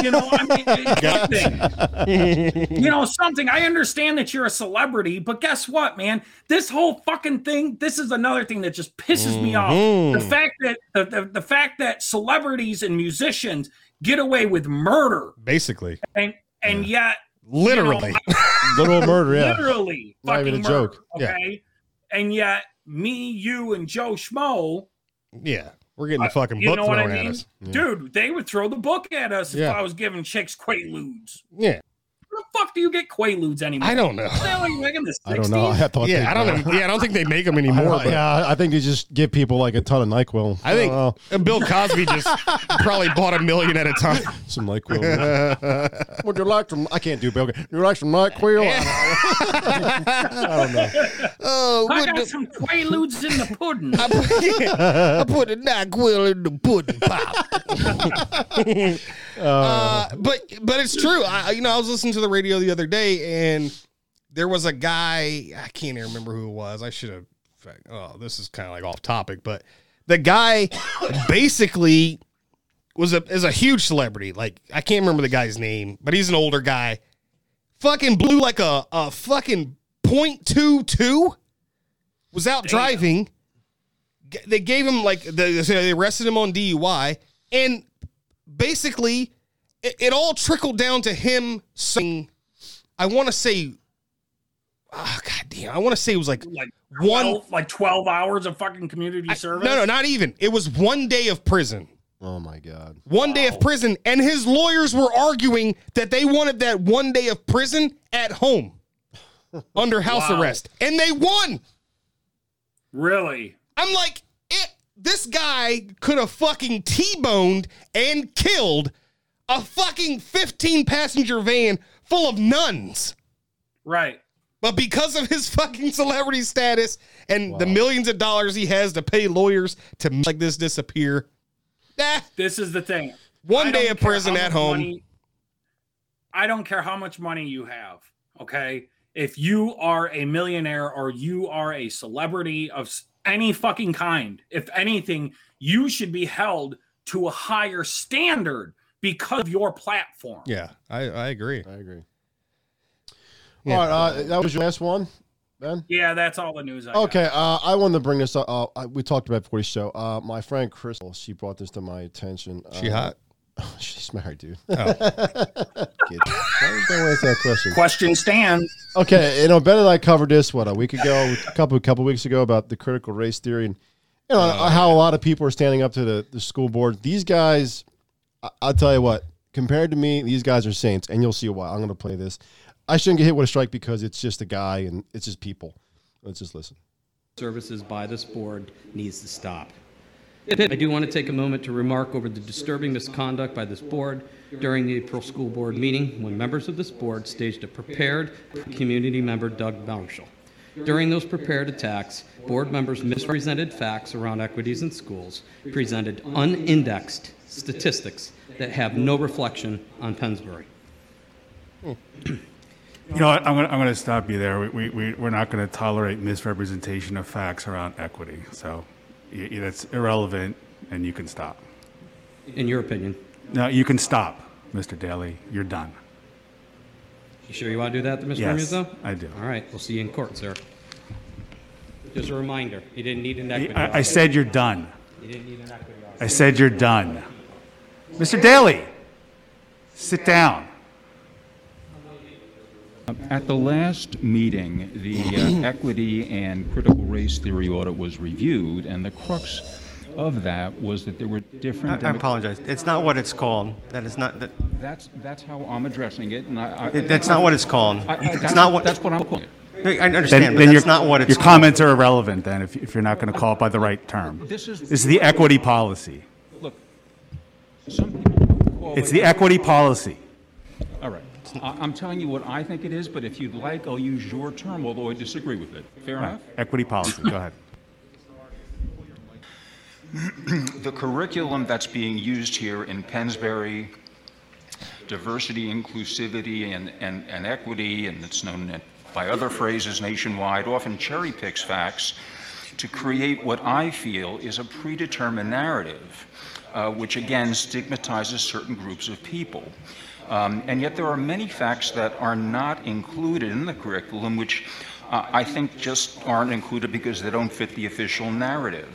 Speaker 3: You know, I mean, it's something. you know, something. I understand that you're a celebrity, but guess what, man? This whole fucking thing. This is another thing that just pisses me
Speaker 2: Mm-hmm.
Speaker 3: off. The fact that the, the, the fact that celebrities and musicians get away with murder,
Speaker 1: Basically,
Speaker 3: and and yet
Speaker 1: literally.
Speaker 2: Literal murder, yeah.
Speaker 3: literally
Speaker 2: Not
Speaker 3: fucking
Speaker 2: even a
Speaker 3: murder,
Speaker 2: joke. Yeah.
Speaker 3: Okay, and yet me, you, and Joe Schmo.
Speaker 1: yeah, we're getting the fucking
Speaker 3: Uh, You
Speaker 1: book
Speaker 3: know what
Speaker 1: thrown
Speaker 3: I
Speaker 1: at
Speaker 3: mean,
Speaker 1: us.
Speaker 3: dude? They would throw the book at us
Speaker 1: Yeah.
Speaker 3: if I was giving chicks quaaludes.
Speaker 1: Yeah,
Speaker 3: Where the fuck do you get quaaludes anymore?
Speaker 1: I don't know.
Speaker 3: What the hell are you making this?
Speaker 2: I don't know. I have to think
Speaker 1: Yeah, I don't.
Speaker 2: about it.
Speaker 1: Even, yeah, I don't think they make them anymore.
Speaker 2: I,
Speaker 1: but
Speaker 2: yeah, I think they just give people like a ton of Nyquil.
Speaker 1: I think
Speaker 2: don't
Speaker 1: and Bill Cosby just probably bought a million at a time.
Speaker 2: know. some Nyquil. Would you like some? I can't do Bill. Would you like some Nyquil? I don't know.
Speaker 1: Oh,
Speaker 3: I got some quaaludes in the pudding.
Speaker 1: I put, yeah, I put a NyQuil in the pudding pop. uh, but but it's true. I I- you know I was listening to the radio the other day and there was a guy I can't even remember who it was. I should have. Oh, this is kind of like off topic, but the guy basically was a is a huge celebrity. Like I can't remember the guy's name, but he's an older guy. Fucking blew like a a fucking point two two. Was out driving. G- They gave him like they so they arrested him on DUI, and basically it, it all trickled down to him saying, "I want to say." Oh, God damn. I want to say it was like
Speaker 3: Like
Speaker 1: One-
Speaker 3: one, like twelve hours of fucking community service.
Speaker 1: no, no, not even. It was one day of prison.
Speaker 2: Oh my god.
Speaker 1: One day of prison, and his lawyers were arguing that they wanted that one day of prison at home under house
Speaker 3: Wow.
Speaker 1: arrest, and they won.
Speaker 3: really.
Speaker 1: I'm like, it, this guy could have fucking T-boned and killed a fucking 15 passenger van full of nuns.
Speaker 3: Right.
Speaker 1: But because of his fucking celebrity status and the millions of dollars he has to pay lawyers to make this disappear, nah,
Speaker 3: This is the thing.
Speaker 1: one
Speaker 3: I
Speaker 1: day
Speaker 3: don't
Speaker 1: of
Speaker 3: care
Speaker 1: prison
Speaker 3: how
Speaker 1: at
Speaker 3: much
Speaker 1: home.
Speaker 3: money- I don't care how much money you have. Okay. If you are a millionaire or you are a celebrity of s- any fucking kind, if anything, you should be held to a higher standard because of your platform.
Speaker 1: Yeah, I, I agree.
Speaker 2: I agree.
Speaker 1: Yeah.
Speaker 2: All right, uh, that was your last one, Ben.
Speaker 3: Yeah, that's all the news I got.
Speaker 2: Okay, uh, I wanted to bring this up. Uh, I, we talked about it before the show. Uh, my friend Crystal, she brought this to my attention.
Speaker 1: She
Speaker 2: Uh,
Speaker 1: hot.
Speaker 2: She's married, dude.
Speaker 1: Oh.
Speaker 2: Kid. Why don't answer that question?
Speaker 3: Question stands.
Speaker 2: Okay, you know, Ben and I covered this what a week ago, a couple couple weeks ago about the critical race theory and you know how a lot of people are standing up to the, the school board. These guys, I, I'll tell you what, compared to me, these guys are saints, and you'll see why. I'm going to play this. I shouldn't get hit with a strike because it's just a guy and it's just people. Let's just listen.
Speaker 4: services by this board needs to stop. I do want to take a moment to remark over the disturbing misconduct by this board during the April school board meeting when members of this board staged a prepared community member Doug Marshall. During those prepared attacks, board members misrepresented facts around equities in schools, presented unindexed statistics that have no reflection on Pennsbury.
Speaker 5: You know, what, I'm going to I'm going to stop you there. We, we, we, we're not going to tolerate misrepresentation of facts around equity. So y y- that's irrelevant, and you can stop.
Speaker 4: In your opinion,
Speaker 5: No, you can stop, Mr. Daly. You're done.
Speaker 4: You sure you want to do that, Mr.
Speaker 5: Yes,
Speaker 4: Remuzo?
Speaker 5: I do.
Speaker 4: All right, we'll see you in court, sir. Just a reminder, you didn't need an equity.
Speaker 5: I, I said you're done.
Speaker 4: audit. You didn't need an equity. audit.
Speaker 5: I said you're done. Mr. Daly, sit down.
Speaker 6: At the last meeting, the uh, equity and critical race theory audit was reviewed, and the crux of that was that there were different.
Speaker 7: I I
Speaker 6: demo-
Speaker 7: apologize. It's not what it's called. That is not, that,
Speaker 6: That's, that's how I'm addressing it, and I. I-
Speaker 7: that's not what it's called.
Speaker 6: I- I-
Speaker 7: It's
Speaker 6: that's-
Speaker 7: not what,
Speaker 6: That's what I'm calling it.
Speaker 7: I understand, but
Speaker 5: your-
Speaker 7: that's not what it's
Speaker 5: Your
Speaker 7: called.
Speaker 5: comments are irrelevant then if, if you're not going to call it by the right term.
Speaker 6: This is-
Speaker 5: It's the equity policy.
Speaker 6: Look, some people call
Speaker 5: It's
Speaker 6: it-
Speaker 5: the equity policy.
Speaker 6: All right, I- I'm telling you what I think it is, but if you'd like, I'll use your term, although I disagree with it. Fair enough?
Speaker 5: Equity policy. Go ahead.
Speaker 8: the curriculum that's being used here in Pensbury, diversity, inclusivity, and, and, and equity, and it's known by other phrases nationwide, often cherry picks facts to create what I feel is a predetermined narrative uh, which again stigmatizes certain groups of people. Um, and yet there are many facts that are not included in the curriculum, which uh, I think just aren't included because they don't fit the official narrative.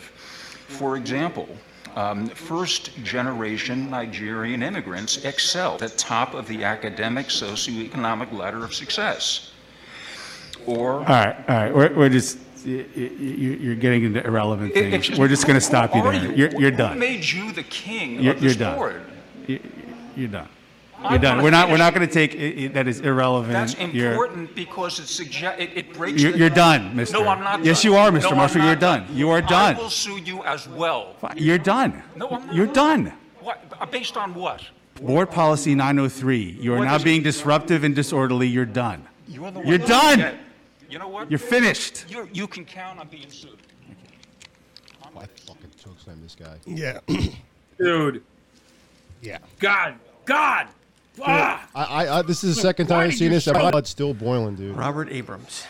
Speaker 8: For example, um, first generation Nigerian immigrants excel at the top of the academic socioeconomic ladder of success. Or
Speaker 5: All right, all right. We're, we're just you, you, you're getting into irrelevant
Speaker 8: It- it's
Speaker 5: things. we're just going to
Speaker 8: who
Speaker 5: stop you
Speaker 8: are
Speaker 5: there. You? are
Speaker 8: Wh-
Speaker 5: you're
Speaker 8: who
Speaker 5: done.
Speaker 8: made you the king
Speaker 5: You're,
Speaker 8: of
Speaker 5: you're
Speaker 8: this
Speaker 5: done.
Speaker 8: board?
Speaker 5: You- You're done.
Speaker 8: I
Speaker 5: You're done.
Speaker 8: wanna
Speaker 5: We're not. We're
Speaker 8: finish.
Speaker 5: not going to take i- i- that is irrelevant.
Speaker 8: That's
Speaker 5: You're-
Speaker 8: important because it suggests it, it breaks.
Speaker 5: You're,
Speaker 8: the-
Speaker 5: you're done, Mister.
Speaker 8: No, I'm not.
Speaker 5: Yes,
Speaker 8: done.
Speaker 5: you are,
Speaker 8: No,
Speaker 5: Mister
Speaker 8: I'm
Speaker 5: Marshall.
Speaker 8: not
Speaker 5: You're done. You are done.
Speaker 8: I will sue you as well.
Speaker 5: Fi- You're done.
Speaker 8: No, I'm not.
Speaker 5: You're done.
Speaker 8: What? uh, Based on what?
Speaker 5: Board policy 903. You are
Speaker 8: What
Speaker 5: now
Speaker 8: does-
Speaker 5: being disruptive and disorderly. You're done.
Speaker 8: You're the one
Speaker 5: You're
Speaker 8: that-
Speaker 5: done.
Speaker 8: Yeah. You know what?
Speaker 5: You're finished.
Speaker 8: You're, you can count on being sued.
Speaker 2: I fucking chokeslam this guy.
Speaker 1: Yeah.
Speaker 3: dude.
Speaker 1: yeah.
Speaker 3: God, God. Ah,
Speaker 2: I, I, I this is the second time I've
Speaker 3: did
Speaker 2: seen
Speaker 3: you
Speaker 2: this. and
Speaker 3: show
Speaker 2: My
Speaker 3: it?
Speaker 2: blood's still boiling, dude.
Speaker 7: Robert Abrams.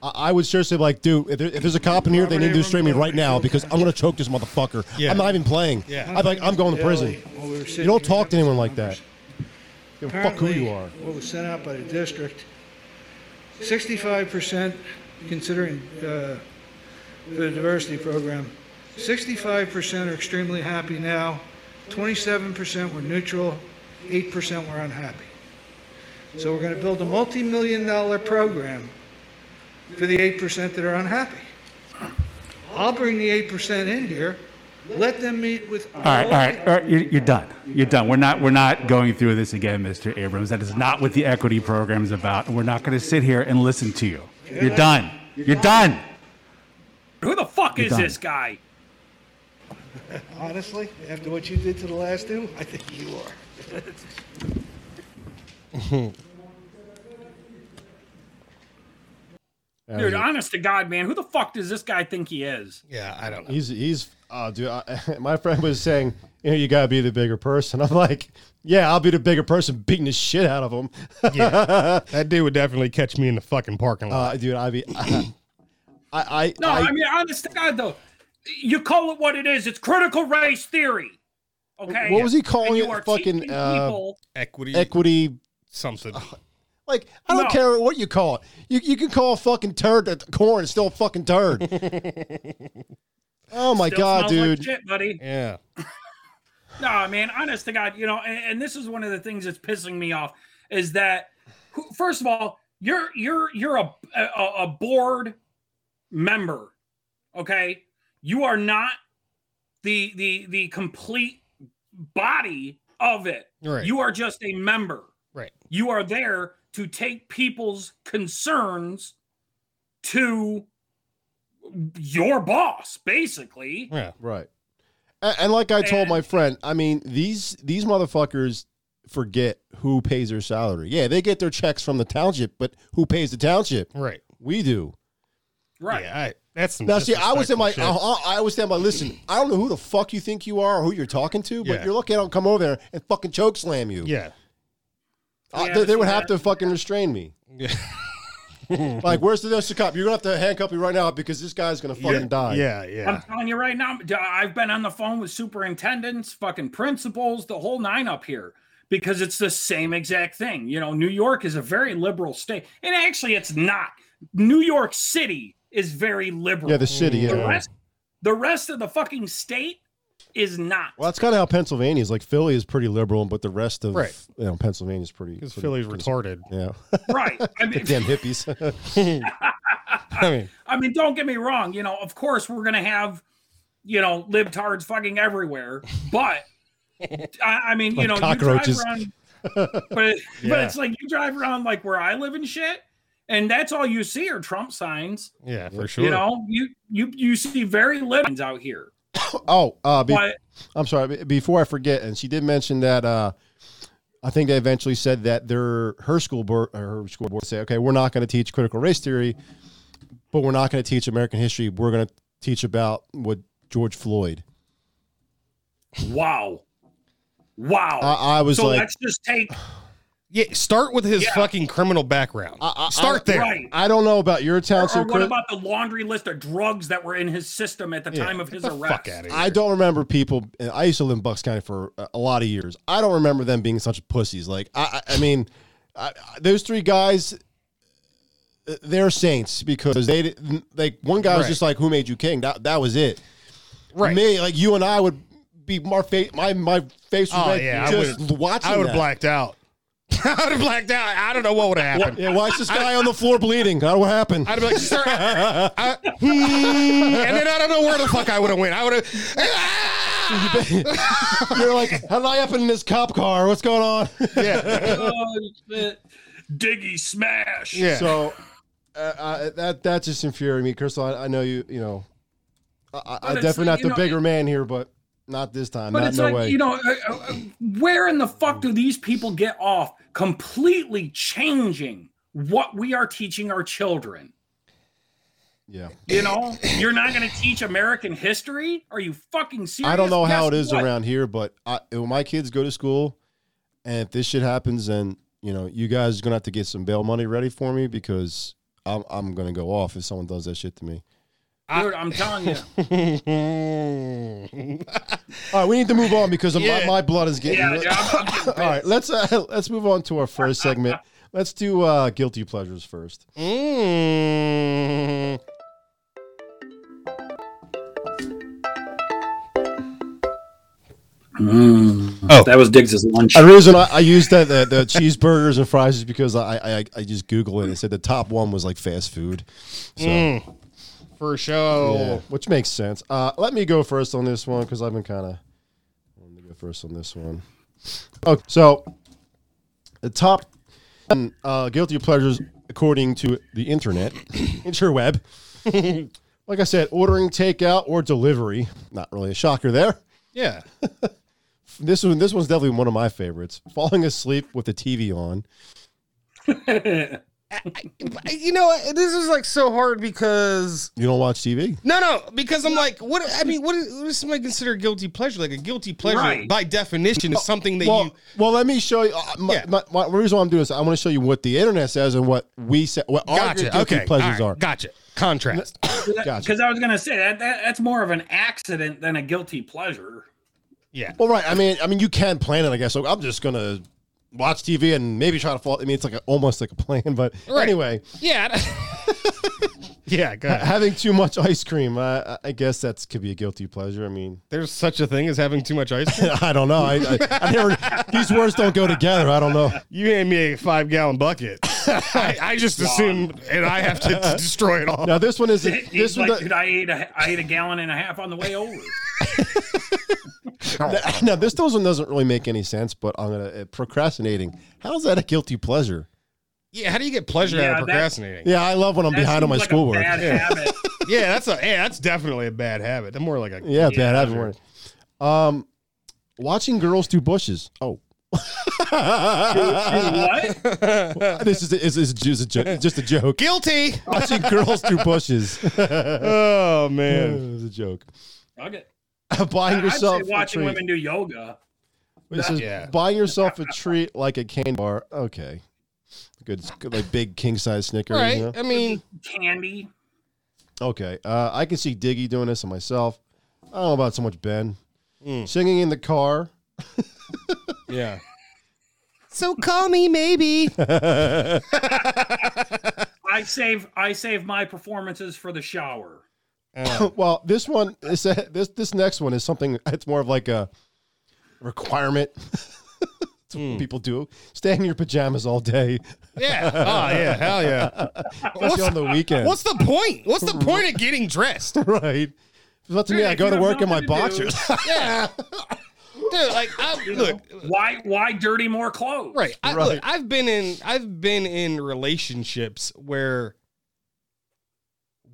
Speaker 2: I, I would seriously be like, dude, if, there, if there's a cop in here, they need to restrain me right now because I'm gonna choke this motherfucker.
Speaker 1: Yeah.
Speaker 2: I'm not even playing.
Speaker 1: Yeah.
Speaker 2: I'm like, I'm going to prison.
Speaker 9: While we were sitting
Speaker 2: You don't
Speaker 9: here
Speaker 2: talk to
Speaker 9: having
Speaker 2: anyone like that. Give a fuck who
Speaker 9: Apparently,
Speaker 2: you are.
Speaker 9: What was sent out by the district, sixty-five percent, considering uh, the diversity program, sixty-five percent are extremely happy now, twenty-seven percent were neutral, eight percent were unhappy. So we're going to build a multi-million dollar program for the eight percent that are unhappy. I'll bring the eight percent in here, let them meet with.
Speaker 5: All right, all right, all right. You're, you're done. You're done. We're not. We're not going through this again, Mr. Abrams. That is not what the equity program is about. And we're not going to sit here and listen to you. You're done. You're done.
Speaker 3: who the fuck is
Speaker 5: done.
Speaker 3: this guy?
Speaker 9: Honestly, after what you did to the last two, I think you are.
Speaker 3: Dude, honest to God, man, who the fuck does this guy think he is?
Speaker 1: Yeah. I don't know.
Speaker 2: He's he's oh dude, I, my friend was saying, you know, you gotta be the bigger person. I'm like, yeah, I'll be the bigger person, beating the shit out of him.
Speaker 1: That dude would definitely catch me in the fucking parking lot.
Speaker 2: Uh, dude, I be, I, I,
Speaker 3: No,
Speaker 2: I,
Speaker 3: I, mean, honest to God, though, you call it what it is. It's critical race theory. Okay.
Speaker 2: What was he calling
Speaker 3: And you
Speaker 2: it?
Speaker 3: are
Speaker 2: Fucking,
Speaker 3: teaching
Speaker 2: uh,
Speaker 3: people-
Speaker 1: equity,
Speaker 2: equity.
Speaker 1: something.
Speaker 2: Like, I don't
Speaker 3: No.
Speaker 2: care what you call it. You, you can call a fucking turd a corn. It's still a fucking turd. oh my
Speaker 3: Still
Speaker 2: god,
Speaker 3: smells like
Speaker 2: dude.
Speaker 3: shit, buddy.
Speaker 1: Yeah.
Speaker 3: No, man, honest to God, you know, and, and this is one of the things that's pissing me off is that who- first of all, you're you're you're a a, a board member, okay? You are not the the the complete body of it.
Speaker 1: Right.
Speaker 3: You are just a member.
Speaker 1: Right.
Speaker 3: You are there to take people's concerns to your boss, basically.
Speaker 1: Yeah.
Speaker 2: Right. And, and like I told
Speaker 3: And-
Speaker 2: my friend, I mean these these motherfuckers forget who pays their salary. Yeah, they get their checks from the township, but who pays the township?
Speaker 1: Right.
Speaker 2: We do.
Speaker 3: Right.
Speaker 1: Yeah. I, that's some
Speaker 2: Now, see, I was in my, I,
Speaker 1: disrespectful shit.
Speaker 2: I I was in my. Listen, I don't know who the fuck you think you are or who you're talking to, but
Speaker 1: Yeah.
Speaker 2: you're lucky I don't come over there and fucking choke slam you.
Speaker 1: Yeah.
Speaker 2: I-
Speaker 3: Yeah,
Speaker 2: they, they would
Speaker 3: that's
Speaker 2: have to fucking restrain me. like, where's the next cop? You're gonna have to handcuff me right now because this guy's gonna fucking
Speaker 1: yeah.
Speaker 2: die.
Speaker 1: Uh, Yeah.
Speaker 3: I'm
Speaker 1: Yeah.
Speaker 3: telling you right now, d- I've been on the phone with superintendents, fucking principals, the whole nine up here because it's the same exact thing. You know, New York is a very liberal state, and actually, it's not. New York City is very liberal.
Speaker 2: Yeah, the city.
Speaker 3: The
Speaker 2: Yeah.
Speaker 3: rest, the rest of the fucking state is not.
Speaker 2: Well, that's kind of how Pennsylvania is. Like Philly is pretty liberal, but the rest of
Speaker 1: Right.
Speaker 2: you know Pennsylvania is pretty.
Speaker 1: Because
Speaker 2: pretty
Speaker 1: Philly's
Speaker 2: cons-
Speaker 1: retarded.
Speaker 2: Yeah,
Speaker 3: Right. I mean,
Speaker 2: damn hippies.
Speaker 1: I mean,
Speaker 3: I mean, don't get me wrong. You know, of course, we're gonna have, you know, libtards fucking everywhere. But I, I mean, you
Speaker 2: Like
Speaker 3: know,
Speaker 2: cockroaches.
Speaker 3: you drive around, but but
Speaker 1: Yeah.
Speaker 3: it's like you drive around like where I live and shit, and that's all you see are Trump signs.
Speaker 1: yeah, for sure.
Speaker 3: You know, you you you see very little signs out here.
Speaker 2: oh, uh, be-
Speaker 3: But
Speaker 2: I'm sorry. be- Before I forget, and she did mention that. Uh, I think they eventually said that their her school board, her school board, say, okay, we're not going to teach critical race theory, but we're not going to teach American history. We're going to teach about what George Floyd.
Speaker 3: wow, wow.
Speaker 2: I, I was
Speaker 3: so
Speaker 2: like,
Speaker 3: let's just take
Speaker 1: Yeah, start with his
Speaker 3: Yeah.
Speaker 1: fucking criminal background. start there.
Speaker 3: Right.
Speaker 2: I don't know about your
Speaker 3: Or,
Speaker 2: township.
Speaker 3: or what
Speaker 2: Chris.
Speaker 3: about the laundry list of drugs that were in his system at the time of his
Speaker 1: Get the
Speaker 3: arrest?
Speaker 1: fuck out of here.
Speaker 2: I don't remember people. and I used to live in Bucks County for a- a lot of years. I don't remember them being such pussies. Like I, I I mean, I, I- those three guys, uh, they're saints because they didn't- like one guy was
Speaker 1: Right.
Speaker 2: just like, "Who made you king?" That that was it.
Speaker 1: Right.
Speaker 2: Me, like you and I would be my face. My my face was
Speaker 1: Oh
Speaker 2: red
Speaker 1: yeah,
Speaker 2: just
Speaker 1: I would
Speaker 2: watching.
Speaker 1: I would
Speaker 2: that.
Speaker 1: have blacked out. I would have blacked out. I don't know what would have happened.
Speaker 2: Yeah, watch this guy on the floor bleeding. That what happened.
Speaker 1: I'd be like, sir, I, I- hmm," and then I don't know where the fuck I would have went. I would have.
Speaker 2: You're like, how did I up in this cop car? What's going on?
Speaker 3: Oh, shit. Diggy smash.
Speaker 1: Yeah.
Speaker 2: So uh, uh, that that just infuriated me, Crystal. I, I know you. You know, I, I- I'm
Speaker 3: it's
Speaker 2: definitely not
Speaker 3: like, you
Speaker 2: the
Speaker 3: know,
Speaker 2: bigger
Speaker 3: it-
Speaker 2: man here, but not this time.
Speaker 3: But
Speaker 2: not
Speaker 3: it's
Speaker 2: no
Speaker 3: like,
Speaker 2: way.
Speaker 3: you know, uh, uh, uh, where in the fuck do these people get off completely changing what we are teaching our children?
Speaker 2: yeah,
Speaker 3: You know, you're not going to teach American history? Are you fucking serious?
Speaker 2: I don't know how it
Speaker 3: Guess
Speaker 2: is
Speaker 3: what?
Speaker 2: around here, but I, when my kids go to school, and if this shit happens, then you know, you guys are gonna have to get some bail money ready for me because I'm I'm gonna go off if someone does that shit to me.
Speaker 3: Dude, I'm telling you.
Speaker 2: All right, we need to move on because
Speaker 1: Yeah.
Speaker 2: my, my blood is getting.
Speaker 3: Yeah, yeah, I'm- I'm
Speaker 2: All right, let's uh, let's move on to our first segment. Let's do uh, guilty pleasures first.
Speaker 1: Mm.
Speaker 3: That was Diggs' lunch.
Speaker 2: The reason I, I used that the, the cheeseburgers and fries is because I, I I just Googled it and it said the top one was like fast food, so
Speaker 3: Mm.
Speaker 1: For
Speaker 2: yeah,
Speaker 1: sure.
Speaker 2: Oh, which makes sense. Uh, let me go first on this one because I've been kind of. Let me go first on this one. Oh, so the top uh, guilty pleasures according to the internet, interweb. like I said, ordering takeout or delivery. Not really a shocker there.
Speaker 1: Yeah.
Speaker 2: This one, this one's definitely one of my favorites. Falling asleep with the TV on.
Speaker 1: You know, this is like so hard because
Speaker 2: You don't watch TV.
Speaker 1: no, no, because I'm like, what? I mean, what is, what does somebody consider guilty pleasure? Like a guilty pleasure,
Speaker 3: Right.
Speaker 1: by definition, is something that
Speaker 2: well,
Speaker 1: you.
Speaker 2: well, let me show you. Uh, my,
Speaker 1: Yeah.
Speaker 2: my, my, the reason why I'm doing this, I want to show you what the internet says and what we say, what our
Speaker 1: Gotcha.
Speaker 2: guilty
Speaker 1: Okay.
Speaker 2: pleasures
Speaker 1: all
Speaker 2: are.
Speaker 1: right, Gotcha. Contrast.
Speaker 2: Gotcha.
Speaker 3: Because I was going to say that, that that's more of an accident than a guilty pleasure.
Speaker 1: Yeah.
Speaker 2: Well, right. I mean, I mean, you can plan it, I guess. So I'm just gonna watch TV and maybe try to fall. I mean, it's like a, almost like a plan, but
Speaker 1: Right.
Speaker 2: anyway,
Speaker 1: Yeah. I- yeah. Go ahead.
Speaker 2: having too much ice cream, I, I guess that's could be a guilty pleasure. I mean,
Speaker 1: There's such a thing as having too much ice cream.
Speaker 2: I don't know. I, I, I never. these words don't go together. I don't know.
Speaker 1: You hand me a five gallon bucket. I, I just assume, and I have to t- destroy it all.
Speaker 2: Now this one is
Speaker 3: He's
Speaker 2: this one.
Speaker 3: like,
Speaker 2: do-
Speaker 3: dude, I ate, a, I ate a gallon and a half on the way over.
Speaker 2: now this this one doesn't really make any sense. But I'm gonna uh, procrastinating. How's that a guilty pleasure?
Speaker 1: Yeah, how do you get pleasure
Speaker 3: Yeah,
Speaker 1: out
Speaker 3: that-
Speaker 1: of procrastinating?
Speaker 2: Yeah, I love when I'm
Speaker 3: That
Speaker 2: behind on my
Speaker 3: seems like a
Speaker 2: schoolwork.
Speaker 3: bad habit.
Speaker 1: yeah, that's a yeah, that's definitely a bad habit. That's more like a
Speaker 2: Yeah,
Speaker 3: Yeah,
Speaker 2: bad habit. warning. Um, watching girls do bushes. Oh.
Speaker 3: What?
Speaker 2: this is is, is just, a jo- just a joke.
Speaker 1: guilty.
Speaker 2: Watching girls do bushes.
Speaker 1: Oh man,
Speaker 2: it's a joke.
Speaker 3: Okay.
Speaker 2: buying
Speaker 3: I'd say
Speaker 2: yourself a
Speaker 3: watching
Speaker 2: treat.
Speaker 3: women do yoga.
Speaker 2: This is
Speaker 1: Yeah.
Speaker 2: buying yourself a treat like a candy bar. Okay, good, good like big king size Snickers. you know?
Speaker 1: right? I mean,
Speaker 3: Candy.
Speaker 2: Okay, uh, I can see Diggy doing this and myself. I don't know about so much Ben
Speaker 1: Hmm.
Speaker 2: singing in the car.
Speaker 1: yeah. So call me maybe.
Speaker 3: I save I save my performances for the shower.
Speaker 2: well, this one is this this next one is something. It's more of like a requirement. It's
Speaker 3: Hmm.
Speaker 2: what people do. Stay in your pajamas all day,
Speaker 1: Yeah. Oh yeah. Hell yeah.
Speaker 2: especially on the weekend.
Speaker 1: What's the point? What's the point of getting dressed?
Speaker 2: right? It's up to me.
Speaker 3: Dude,
Speaker 2: I
Speaker 3: if
Speaker 2: go
Speaker 3: you
Speaker 2: to
Speaker 3: have
Speaker 2: work in my
Speaker 3: nothing to do-
Speaker 2: boxers.
Speaker 1: Yeah. Dude, like I look,
Speaker 3: Why why dirty more clothes?
Speaker 1: Right. I,
Speaker 2: Right.
Speaker 1: Look, I've been in I've been in relationships where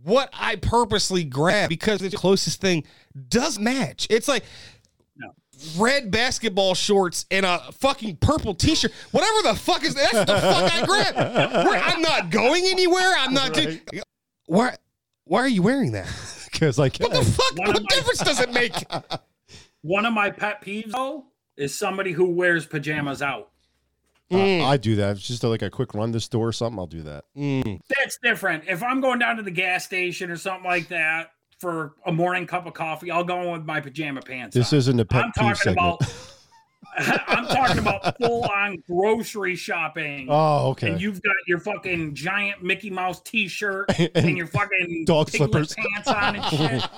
Speaker 1: what I purposely grab because the closest thing does match. It's like red basketball shorts and a fucking purple t-shirt. Whatever the fuck is that's the fuck I grab. Where- I'm not going anywhere. I'm not doing why why are you wearing that?
Speaker 2: Because like, uh,
Speaker 1: What the fuck?
Speaker 3: One of
Speaker 1: What
Speaker 3: my-
Speaker 1: difference does it make?
Speaker 3: One of my pet peeves though is somebody who wears pajamas out.
Speaker 2: I, I do that. It's just like a quick run to the store or something. I'll do that.
Speaker 3: That's different. If I'm going down to the gas station or something like that for a morning cup of coffee, I'll go in with my pajama pants.
Speaker 2: This
Speaker 3: on.
Speaker 2: isn't the pet
Speaker 3: I'm
Speaker 2: peeve
Speaker 3: talking
Speaker 2: segment.
Speaker 3: about. I'm talking about full on grocery shopping.
Speaker 2: oh, okay.
Speaker 3: And you've got your fucking giant Mickey Mouse T-shirt and, your fucking
Speaker 2: dog
Speaker 3: piglet
Speaker 2: slippers.
Speaker 3: pants on and shit.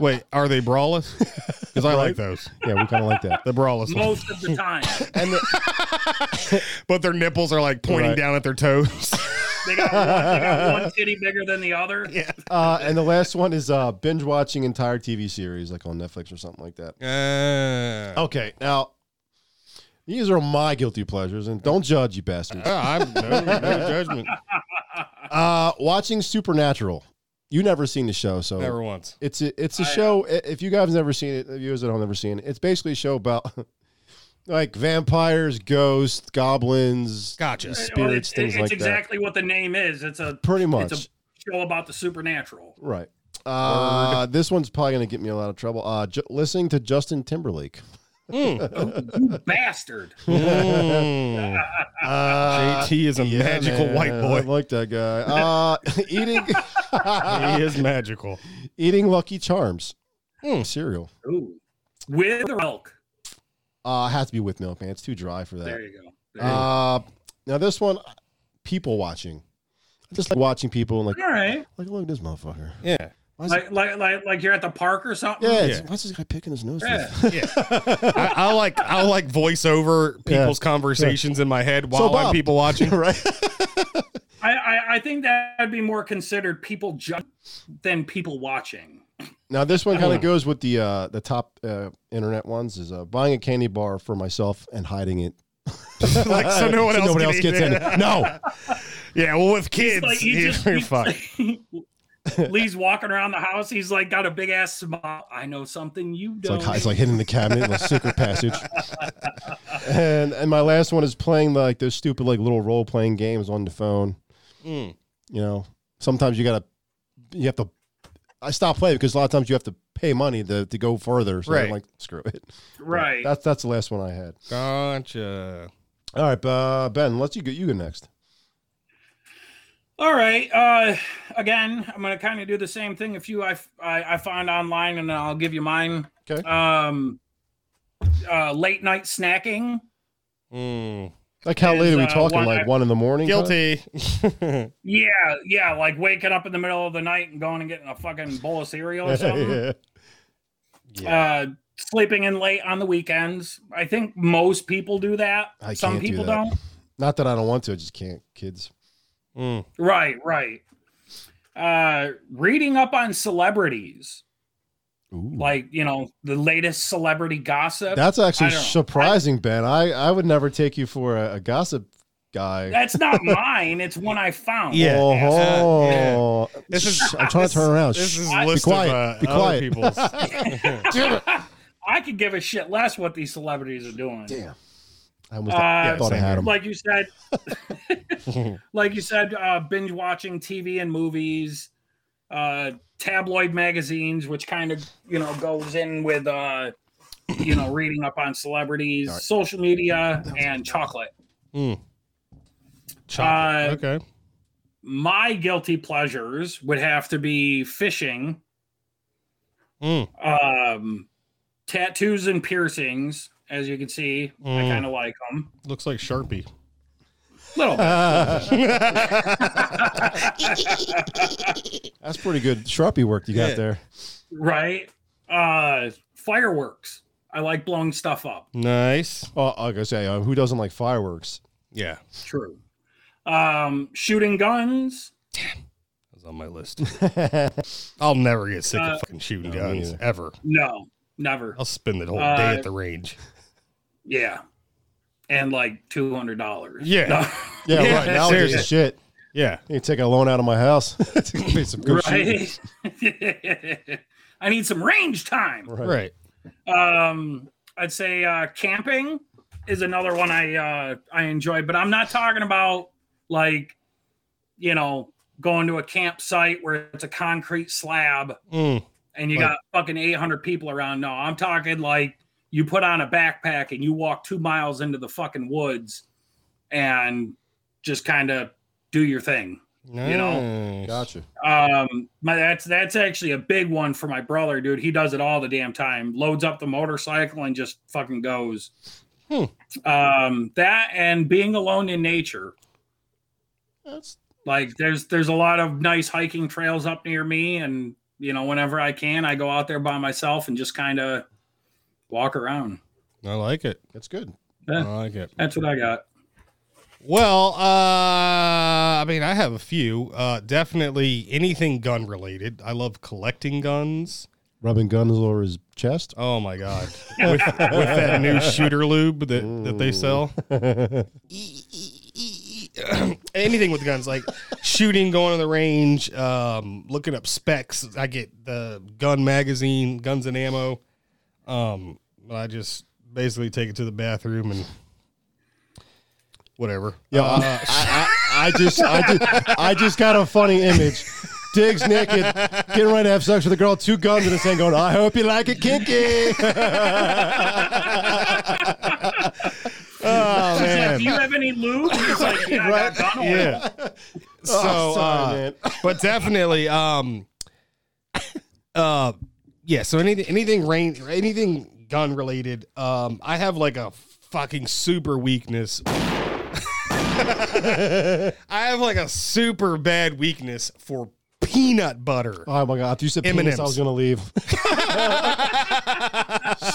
Speaker 1: Wait, are they brawlers? Because I like
Speaker 2: Right?
Speaker 1: those.
Speaker 2: yeah, we kind of like that.
Speaker 1: The brawlers. ones.
Speaker 3: most of the time.
Speaker 2: And the,
Speaker 1: But their nipples are like pointing
Speaker 2: Right.
Speaker 1: down at their toes.
Speaker 3: They got one, they got one titty bigger than the other.
Speaker 2: uh, and the last one is uh, binge watching entire TV series like on Netflix or something like that.
Speaker 1: Uh,
Speaker 2: Okay, now these are my guilty pleasures, and don't judge you bastards.
Speaker 1: I'm no, no judgment.
Speaker 2: Uh, watching Supernatural. You never seen the show, so
Speaker 1: Never once.
Speaker 2: it's a it's a show. i- If you guys have never seen it, if you guys at home never seen it, it's basically a show about like vampires, ghosts, goblins,
Speaker 1: Gotcha.
Speaker 3: Well,
Speaker 2: spirits,
Speaker 3: it-
Speaker 2: things
Speaker 3: it's
Speaker 2: like
Speaker 3: exactly what the name is. It's a
Speaker 2: that. Pretty much,
Speaker 3: it's a show about the supernatural.
Speaker 2: right? Uh, this one's probably gonna get me in a lot of trouble. Uh, ju- listening to Justin Timberlake.
Speaker 3: Bastard.
Speaker 1: Mm. JT is a
Speaker 2: Yeah,
Speaker 1: magical
Speaker 2: man, I
Speaker 1: white boy.
Speaker 2: like that guy. Uh, eating
Speaker 1: he is magical.
Speaker 2: eating Lucky Charms Hmm, cereal.
Speaker 3: Ooh. With or elk.
Speaker 2: Uh, has to be with milk, man. It's too dry for that.
Speaker 3: There you go. There you
Speaker 2: Uh, now this one, people watching. I just like watching people and like,
Speaker 3: go. All right.
Speaker 2: like look at this motherfucker.
Speaker 1: Yeah.
Speaker 2: Why is
Speaker 3: Like, like like like you're at the park or something.
Speaker 2: yeah, it's-
Speaker 1: Yeah.
Speaker 2: why's this guy picking his nose?
Speaker 3: Yeah.
Speaker 2: with-
Speaker 1: I, I like I like voiceover people's conversations in my head while I'm
Speaker 2: Bob-
Speaker 1: people watching.
Speaker 2: right?
Speaker 3: I, I I think that'd be more considered people judge than people watching.
Speaker 2: Now this one kind of goes with the uh, the top uh, internet ones is uh, buying a candy bar for myself and hiding it.
Speaker 1: like so no one
Speaker 2: So
Speaker 1: else,
Speaker 2: nobody
Speaker 1: can
Speaker 2: else
Speaker 1: eat
Speaker 2: gets in
Speaker 1: it.
Speaker 2: it. No,
Speaker 1: Yeah, well with kids,
Speaker 3: like you
Speaker 1: you
Speaker 3: just-
Speaker 1: are
Speaker 3: you-
Speaker 1: fucked.
Speaker 3: Lee's walking around the house. He's like got a big ass smile. I know something you
Speaker 2: it's
Speaker 3: don't.
Speaker 2: like it's like hidden in the cabinet, in a secret passage. And and my last one is playing like those stupid like little role playing games on the phone.
Speaker 3: Hmm.
Speaker 2: You know, sometimes you gotta you have to. I stop playing because a lot of times you have to pay money to, to go further. So
Speaker 1: Right.
Speaker 2: I'm like, screw it.
Speaker 3: right.
Speaker 2: That's that's the last one I had.
Speaker 1: Gotcha.
Speaker 2: All right, uh, Ben, let's you go. You go next.
Speaker 3: All right. Uh, again, I'm gonna kind of do the same thing. A few I, f- I I found online, and I'll give you mine.
Speaker 2: Okay.
Speaker 3: Um, uh, late night snacking.
Speaker 1: Mm.
Speaker 2: Like how
Speaker 3: Is,
Speaker 2: late are we
Speaker 3: uh,
Speaker 2: talking?
Speaker 3: one-
Speaker 2: like one in the morning.
Speaker 1: Guilty.
Speaker 3: Yeah, yeah. Like waking up in the middle of the night and going and getting a fucking bowl of cereal or something.
Speaker 2: yeah.
Speaker 3: uh, sleeping in late on the weekends. I think most people do that.
Speaker 2: I
Speaker 3: Some
Speaker 2: can't do
Speaker 3: people
Speaker 2: that.
Speaker 3: not
Speaker 2: Not that I don't want to, I just can't. Kids.
Speaker 1: Mm.
Speaker 3: Right, right. Uh, reading up on celebrities,
Speaker 2: Ooh.
Speaker 3: like you know the latest celebrity gossip.
Speaker 2: That's
Speaker 3: I
Speaker 2: actually
Speaker 3: don't know.
Speaker 2: surprising, Ben. I, I would never take you for a, a gossip guy.
Speaker 3: That's not mine. It's one I found.
Speaker 1: Yeah.
Speaker 2: Oh,
Speaker 1: Yeah. This is-
Speaker 2: Shh, I'm trying to turn around.
Speaker 1: This
Speaker 2: Shh.
Speaker 1: is
Speaker 2: Be
Speaker 1: a list
Speaker 2: quiet.
Speaker 1: of uh,
Speaker 2: Be
Speaker 1: other
Speaker 2: quiet.
Speaker 1: people's.
Speaker 3: I could give a shit less what these celebrities are doing.
Speaker 2: Damn. I almost
Speaker 3: Uh,
Speaker 2: thought I had him.
Speaker 3: Like you said, like you said, uh, binge watching TV and movies, uh, tabloid magazines, which kind of you know goes in with uh, you know reading up on celebrities, social media, and chocolate.
Speaker 1: Chocolate. okay.
Speaker 3: My guilty pleasures would have to be fishing,
Speaker 1: Mm.
Speaker 3: um, tattoos and piercings. As you can see, I kind of like them.
Speaker 1: Looks like Sharpie.
Speaker 3: Little bit.
Speaker 2: That's pretty good Sharpie work you got
Speaker 1: Yeah.
Speaker 2: there.
Speaker 3: right? Uh, fireworks. I like blowing stuff up.
Speaker 1: Nice.
Speaker 2: Oh, I was gonna say, uh, who doesn't like fireworks?
Speaker 1: Yeah.
Speaker 3: True. Um, shooting guns.
Speaker 1: That's on my list. I'll never get sick
Speaker 3: Uh,
Speaker 1: of fucking shooting
Speaker 2: No, me
Speaker 1: guns
Speaker 2: neither.
Speaker 1: ever.
Speaker 3: No, never.
Speaker 1: I'll spend the whole
Speaker 3: Uh,
Speaker 1: day at the range.
Speaker 3: Yeah, and like two hundred dollars.
Speaker 1: Yeah.
Speaker 2: Yeah,
Speaker 1: Yeah,
Speaker 2: right. Nowadays,
Speaker 1: seriously.
Speaker 2: shit.
Speaker 1: Yeah.
Speaker 2: You can take a loan out of my house. Pay some good shooting.
Speaker 3: right. I need some range time.
Speaker 2: Right.
Speaker 1: Right.
Speaker 3: Um, I'd say uh, camping is another one I uh, I enjoy, but I'm not talking about like you know going to a campsite where it's a concrete slab
Speaker 1: Mm.
Speaker 3: and you got fucking 800 people around. No, I'm talking like you put on a backpack and you walk two miles into the fucking woods and just kind of do your thing. You know.
Speaker 2: Gotcha.
Speaker 3: Um, my that's that's actually a big one for my brother, dude. He does it all the damn time. Loads up the motorcycle and just fucking goes.
Speaker 1: Hmm.
Speaker 3: Um, that and being alone in nature.
Speaker 2: That's
Speaker 3: Like there's there's a lot of nice hiking trails up near me, and you know whenever I can, I go out there by myself and just kind of walk around.
Speaker 1: I like it.
Speaker 2: that's good.
Speaker 1: I
Speaker 3: Yeah.
Speaker 1: like it.
Speaker 3: That's what I got.
Speaker 1: Well, uh, I mean, I have a few. Uh, definitely anything gun related. I love collecting guns.
Speaker 2: Rubbing guns over his chest. Uh,
Speaker 1: Oh my god! with, with that new shooter lube that, that they sell, anything with guns like shooting, going to the range, um, looking up specs. I get the gun magazine, guns and ammo. Um, but I just basically take it to the bathroom and whatever.
Speaker 2: Yeah,
Speaker 1: Uh,
Speaker 2: I, I, I, I just, I just, I just got a funny image. Diggs naked, getting ready to have sex with a girl, two guns in his hand, going, "I hope you like it, kinky."
Speaker 1: oh
Speaker 3: He's like,
Speaker 1: man.
Speaker 3: Do you have any lube? He's like, yeah, I got gun oil."
Speaker 1: yeah. So,
Speaker 2: Oh,
Speaker 1: uh,
Speaker 2: sorry, man.
Speaker 1: but definitely, um, uh, yeah. So anything, anything rain, anything gun related. Um, I have like a fucking super weakness. I have like a super bad weakness for peanut butter.
Speaker 2: Oh my god! If you said penis,
Speaker 1: M&Ms.
Speaker 2: I was gonna leave.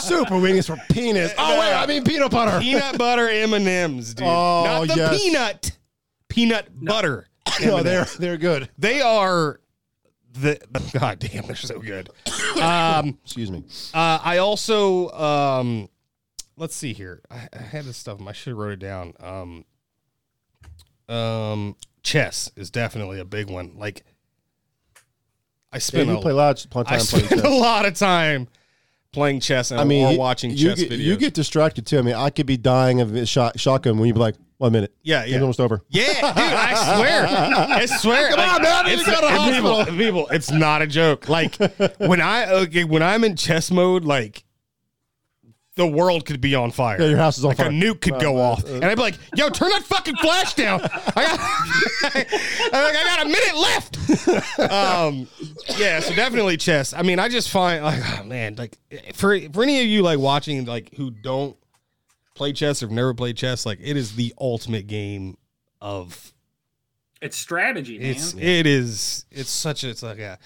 Speaker 2: Super wings for penis. Oh wait, I mean peanut butter.
Speaker 1: Peanut butter M and M's, dude.
Speaker 2: Oh,
Speaker 1: Not the
Speaker 2: yes.
Speaker 1: peanut, peanut butter.
Speaker 2: No, Oh, they're they're good.
Speaker 1: They are the god damn. They're so good. Um,
Speaker 2: Excuse me.
Speaker 1: Uh, I also um, let's see here. I, I had this stuff. I should have wrote it down. Um, um, chess is definitely a big one. Like I
Speaker 2: Dave,
Speaker 1: spend
Speaker 2: you
Speaker 1: a,
Speaker 2: play a lot of
Speaker 1: I
Speaker 2: time playing
Speaker 1: spend a
Speaker 2: chess.
Speaker 1: lot of time playing chess and
Speaker 2: I mean,
Speaker 1: or
Speaker 2: you-
Speaker 1: watching
Speaker 2: you
Speaker 1: chess
Speaker 2: get,
Speaker 1: videos.
Speaker 2: You get distracted too. I mean, I could be dying of a shot, shotgun when you'd be like, "One minute,
Speaker 1: yeah,
Speaker 2: it's
Speaker 1: yeah.
Speaker 2: almost over."
Speaker 1: Yeah, dude, I swear. I swear. Come
Speaker 2: on, man, I need
Speaker 1: it's,
Speaker 2: to go to
Speaker 1: and
Speaker 2: hospital.
Speaker 1: people, people, it's not a joke. Like when I okay, when I'm in chess mode, like the world could be on fire.
Speaker 2: Yeah, your house is on
Speaker 1: like
Speaker 2: fire.
Speaker 1: a nuke could go
Speaker 2: Uh, uh,
Speaker 1: off. And I'd be like, yo, turn that fucking flash down. I got, I'm like, I got a minute left. Um, yeah, so definitely chess. I mean, I just find like, oh, man, like for for any of you like watching like who don't play chess or have never played chess, like it is the ultimate game of
Speaker 3: It's strategy, man.
Speaker 1: it's it is it's such a it's like a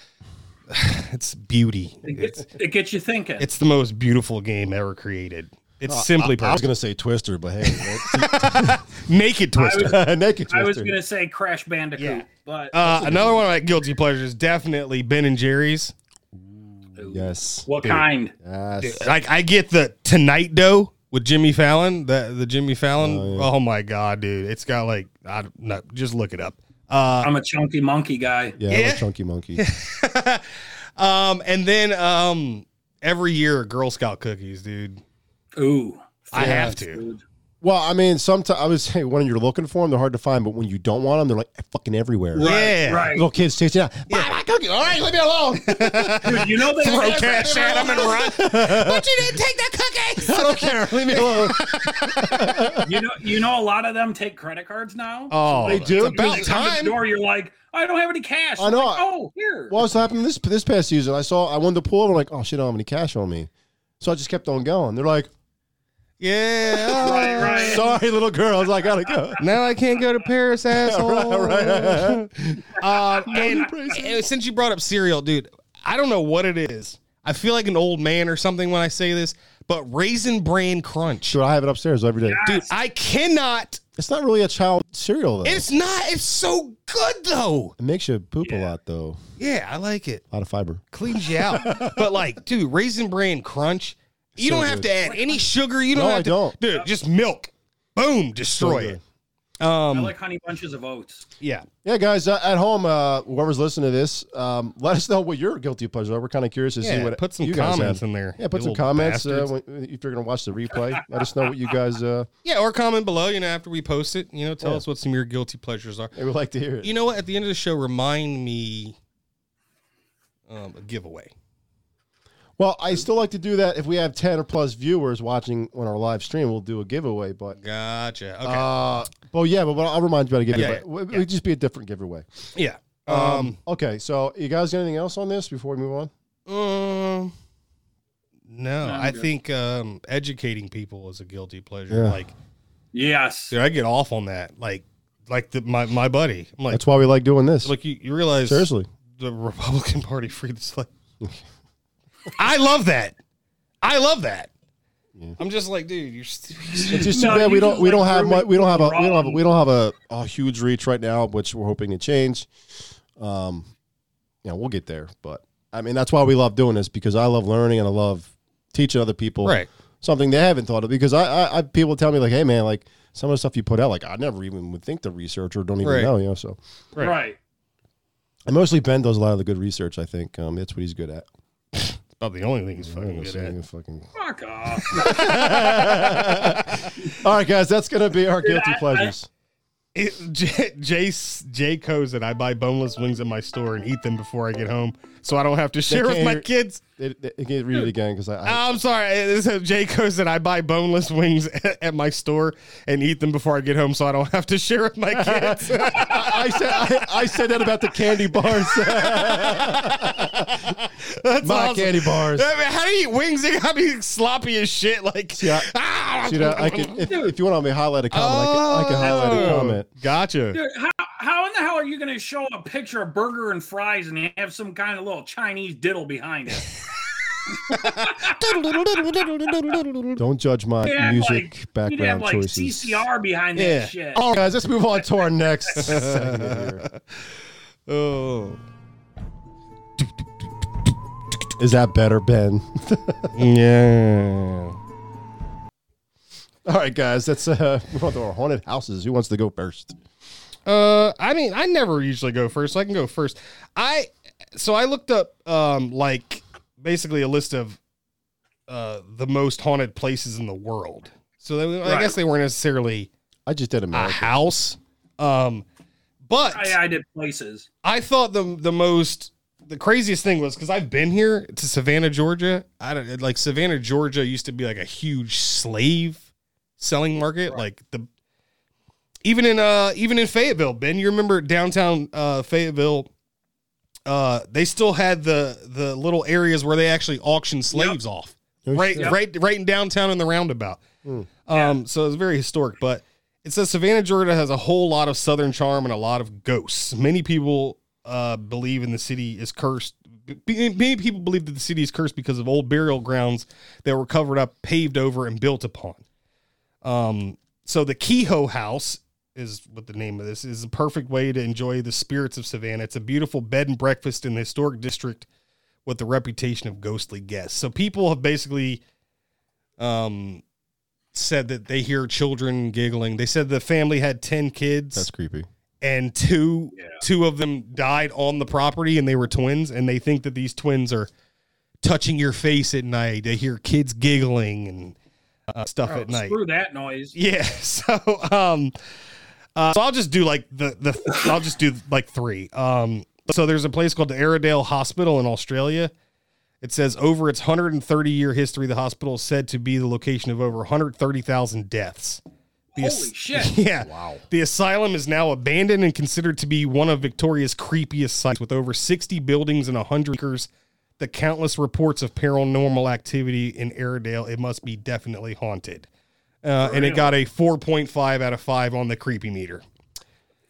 Speaker 1: it's beauty.
Speaker 3: it,
Speaker 1: It's
Speaker 3: gets, it gets you thinking.
Speaker 1: it's the most beautiful game ever created. It's simply
Speaker 2: Uh, I was
Speaker 1: perfect.
Speaker 2: gonna say Twister, but hey,
Speaker 1: Naked Twister.
Speaker 2: naked Twister.
Speaker 3: I was gonna say Crash Bandicoot,
Speaker 1: Yeah.
Speaker 3: but
Speaker 1: Uh, another one of my guilty pleasures, definitely Ben and Jerry's.
Speaker 2: yes,
Speaker 3: what kind?
Speaker 2: yes.
Speaker 1: Like I get the Tonight Dough with Jimmy Fallon, the the Jimmy Fallon.
Speaker 2: Oh,
Speaker 1: Oh,
Speaker 2: yeah.
Speaker 1: my god, dude! It's got like I don't know. Just look it up. Uh,
Speaker 3: I'm a chunky monkey guy.
Speaker 2: Yeah,
Speaker 1: Yeah.
Speaker 2: I'm a chunky monkey.
Speaker 1: um, and then um, every year Girl Scout cookies, dude.
Speaker 3: Ooh,
Speaker 1: I have to.
Speaker 2: Well, I mean, sometimes I would say when you're looking for them, they're hard to find, but when you don't want them, they're like fucking everywhere.
Speaker 1: yeah.
Speaker 3: right.
Speaker 2: Little kids chasing out. Buy my cookie. All right, leave me alone.
Speaker 3: Dude, you know they
Speaker 1: Throw
Speaker 3: have-
Speaker 1: cash at them and run. but you didn't take the cookies.
Speaker 2: I don't care. Leave me alone.
Speaker 3: you know you know a lot of them take credit cards now.
Speaker 1: Oh,
Speaker 2: They do?
Speaker 1: It's about
Speaker 3: You come to the
Speaker 1: time.
Speaker 3: door, you're like, I don't have any cash.
Speaker 2: I know.
Speaker 3: Like, oh, here.
Speaker 2: Well, so happened this this past season. I saw I won the pool. I'm like, oh shit, I don't have any cash on me, so I just kept on going. They're like,
Speaker 1: Yeah.
Speaker 3: Right, right.
Speaker 2: sorry, little girl. I was like, I gotta go.
Speaker 1: Now I can't go to Paris, asshole.
Speaker 2: right,
Speaker 1: Uh, and, and since you brought up cereal, dude, I don't know what it is. I feel like an old man or something when I say this, but Raisin Bran Crunch.
Speaker 2: Dude, I have it upstairs every day.
Speaker 1: Dude, I cannot.
Speaker 2: It's not really a child cereal though.
Speaker 1: It's not. It's so good though.
Speaker 2: it makes you poop a lot though.
Speaker 1: Yeah, I like it.
Speaker 2: A lot of fiber.
Speaker 1: Cleans you out. but like, dude, Raisin Bran Crunch. You
Speaker 2: So
Speaker 1: don't have
Speaker 2: good.
Speaker 1: to add any sugar. You don't
Speaker 2: No,
Speaker 1: have
Speaker 2: I
Speaker 1: to.
Speaker 2: don't.
Speaker 1: Dude, just milk. Boom,
Speaker 2: So
Speaker 1: destroy
Speaker 2: good.
Speaker 1: it. Um,
Speaker 3: I like honey bunches of oats.
Speaker 1: yeah.
Speaker 2: Yeah, guys, uh, at home, uh, whoever's listening to this, um, let us know what your guilty pleasures are. We're kind of curious to see
Speaker 1: Yeah,
Speaker 2: what
Speaker 1: put some
Speaker 2: you guys
Speaker 1: comments
Speaker 2: had.
Speaker 1: in there,
Speaker 2: Yeah, put
Speaker 1: you
Speaker 2: some
Speaker 1: little
Speaker 2: comments uh,
Speaker 1: bastards.
Speaker 2: when, if you're going to watch the replay. let us know what you guys. Uh,
Speaker 1: Yeah, or comment below, you know, after we post it, you know, tell us what some of your guilty pleasures are.
Speaker 2: they would like to hear it.
Speaker 1: You know what? At the end of the show, remind me um, a giveaway.
Speaker 2: Well, I still like to do that if we have ten or plus viewers watching on our live stream. We'll do a giveaway, but
Speaker 1: Gotcha. Okay.
Speaker 2: uh, but yeah, but I'll remind you about a giveaway.
Speaker 1: yeah,
Speaker 2: It would it'd just be a different giveaway.
Speaker 1: yeah.
Speaker 2: Um, okay, so you guys got anything else on this before we move on?
Speaker 1: Um, no, I think um, educating people is a guilty pleasure.
Speaker 2: Yeah.
Speaker 1: Like,
Speaker 3: Yes.
Speaker 1: dude, I get off on that. Like, like the, my my buddy. I'm like,
Speaker 2: That's why we like doing this.
Speaker 1: like you, you realize
Speaker 2: Seriously,
Speaker 1: the Republican Party freed the slave. I love that. I love that. I'm just like, dude, you're. St-
Speaker 2: it's just too
Speaker 3: No,
Speaker 2: bad we
Speaker 3: you
Speaker 2: don't
Speaker 3: just,
Speaker 2: we
Speaker 3: like,
Speaker 2: don't have
Speaker 3: ruined
Speaker 2: mu- we don't have a we don't have a,
Speaker 3: wrong.
Speaker 2: we don't have a, a huge reach right now, which we're hoping to change. Um, yeah, we'll get there, but I mean that's why we love doing this because I love learning and I love teaching other people
Speaker 1: Right.
Speaker 2: something they haven't thought of because I, I, I people tell me like, hey man, like some of the stuff you put out, like I never even would think to research or don't even
Speaker 1: Right.
Speaker 2: know, you know. So
Speaker 1: Right.
Speaker 3: Right.
Speaker 2: and mostly Ben does a lot of the good research. I think um, that's what he's good at.
Speaker 1: about the only thing he's fucking good at.
Speaker 2: Listening to fucking-
Speaker 3: Fuck off.
Speaker 2: All right, guys, that's gonna be our guilty pleasures.
Speaker 1: It, J, J, J Co's that I buy boneless wings at my store and eat them before I get home, so I don't have to share with
Speaker 2: can't
Speaker 1: my
Speaker 2: hear-
Speaker 1: kids.
Speaker 2: They- they- they can't read it again because I, I
Speaker 1: I'm sorry. This is J Co's that I buy boneless wings at, at my store and eat them before I get home, so I don't have to share with my kids.
Speaker 2: I said I, I said that about the candy bars.
Speaker 1: That's
Speaker 2: My
Speaker 1: awesome.
Speaker 2: candy bars.
Speaker 1: I mean, how do you eat wings? They gotta be sloppy as shit. Like,
Speaker 2: Yeah.
Speaker 1: ah!
Speaker 2: you know, I could, if, if you want me to highlight a comment, I, can, I can highlight a
Speaker 1: Oh,
Speaker 2: comment.
Speaker 1: Gotcha.
Speaker 3: Dude, how, how in the hell are you going to show a picture of burger and fries and have some kind of little Chinese diddle behind it?
Speaker 2: Don't judge my
Speaker 3: You'd have,
Speaker 2: music
Speaker 3: like, you'd have
Speaker 2: background
Speaker 3: like
Speaker 2: choices.
Speaker 3: CCR behind
Speaker 1: Yeah.
Speaker 3: that shit.
Speaker 2: All right, guys, let's move on to our next segment here.
Speaker 1: Oh,
Speaker 2: Is that better, Ben?
Speaker 1: yeah.
Speaker 2: Hmm. All right, guys, let's uh, move on to our haunted houses. Who wants to go first?
Speaker 1: Uh, I mean, I never usually go first. So I can go first. I so I looked up um like basically a list of uh the most haunted places in the world. So they, I
Speaker 3: Right.
Speaker 1: guess they weren't necessarily
Speaker 2: I just did
Speaker 1: a
Speaker 2: America.
Speaker 1: house. Um, but
Speaker 3: I, I did places.
Speaker 1: I thought the the most the craziest thing was because I've been here to Savannah, Georgia. I don't like Savannah, Georgia used to be like a huge slave selling market. Like the even in uh even in Fayetteville, Ben, you remember downtown uh Fayetteville. Uh, they still had the the little areas where they actually auctioned slaves off, right, right, right in downtown in the roundabout. Um, so it's very historic, but it says Savannah, Georgia has a whole lot of Southern charm and a lot of ghosts. Many people uh, believe in the city is cursed. b- Many people believe that the city is cursed because of old burial grounds that were covered up, paved over, and built upon. Um, so the Kehoe House is what the name of this is a perfect way to enjoy the spirits of Savannah. It's a beautiful bed and breakfast in the historic district with the reputation of ghostly guests. So people have basically um said that they hear children giggling. They said the family had 10 kids
Speaker 2: That's creepy.
Speaker 1: and two two of them died on the property and they were twins and they think that these twins are touching your face at night. They hear kids giggling and uh, stuff at night.
Speaker 3: Screw that noise.
Speaker 1: Yeah. So um uh, so I'll just do like the the I'll just do like three. Um so there's a place called the Airedale Hospital in Australia. It says over its 130 year history, the hospital is said to be the location of over 130,000 deaths. The as-
Speaker 3: Holy shit.
Speaker 1: Yeah. Wow. The asylum is now abandoned and considered to be one of Victoria's creepiest sites with over 60 buildings and 100 acres. The countless reports of paranormal activity in Airedale, it must be definitely haunted. Uh, and it got a 4.5 out of 5 on the creepy meter.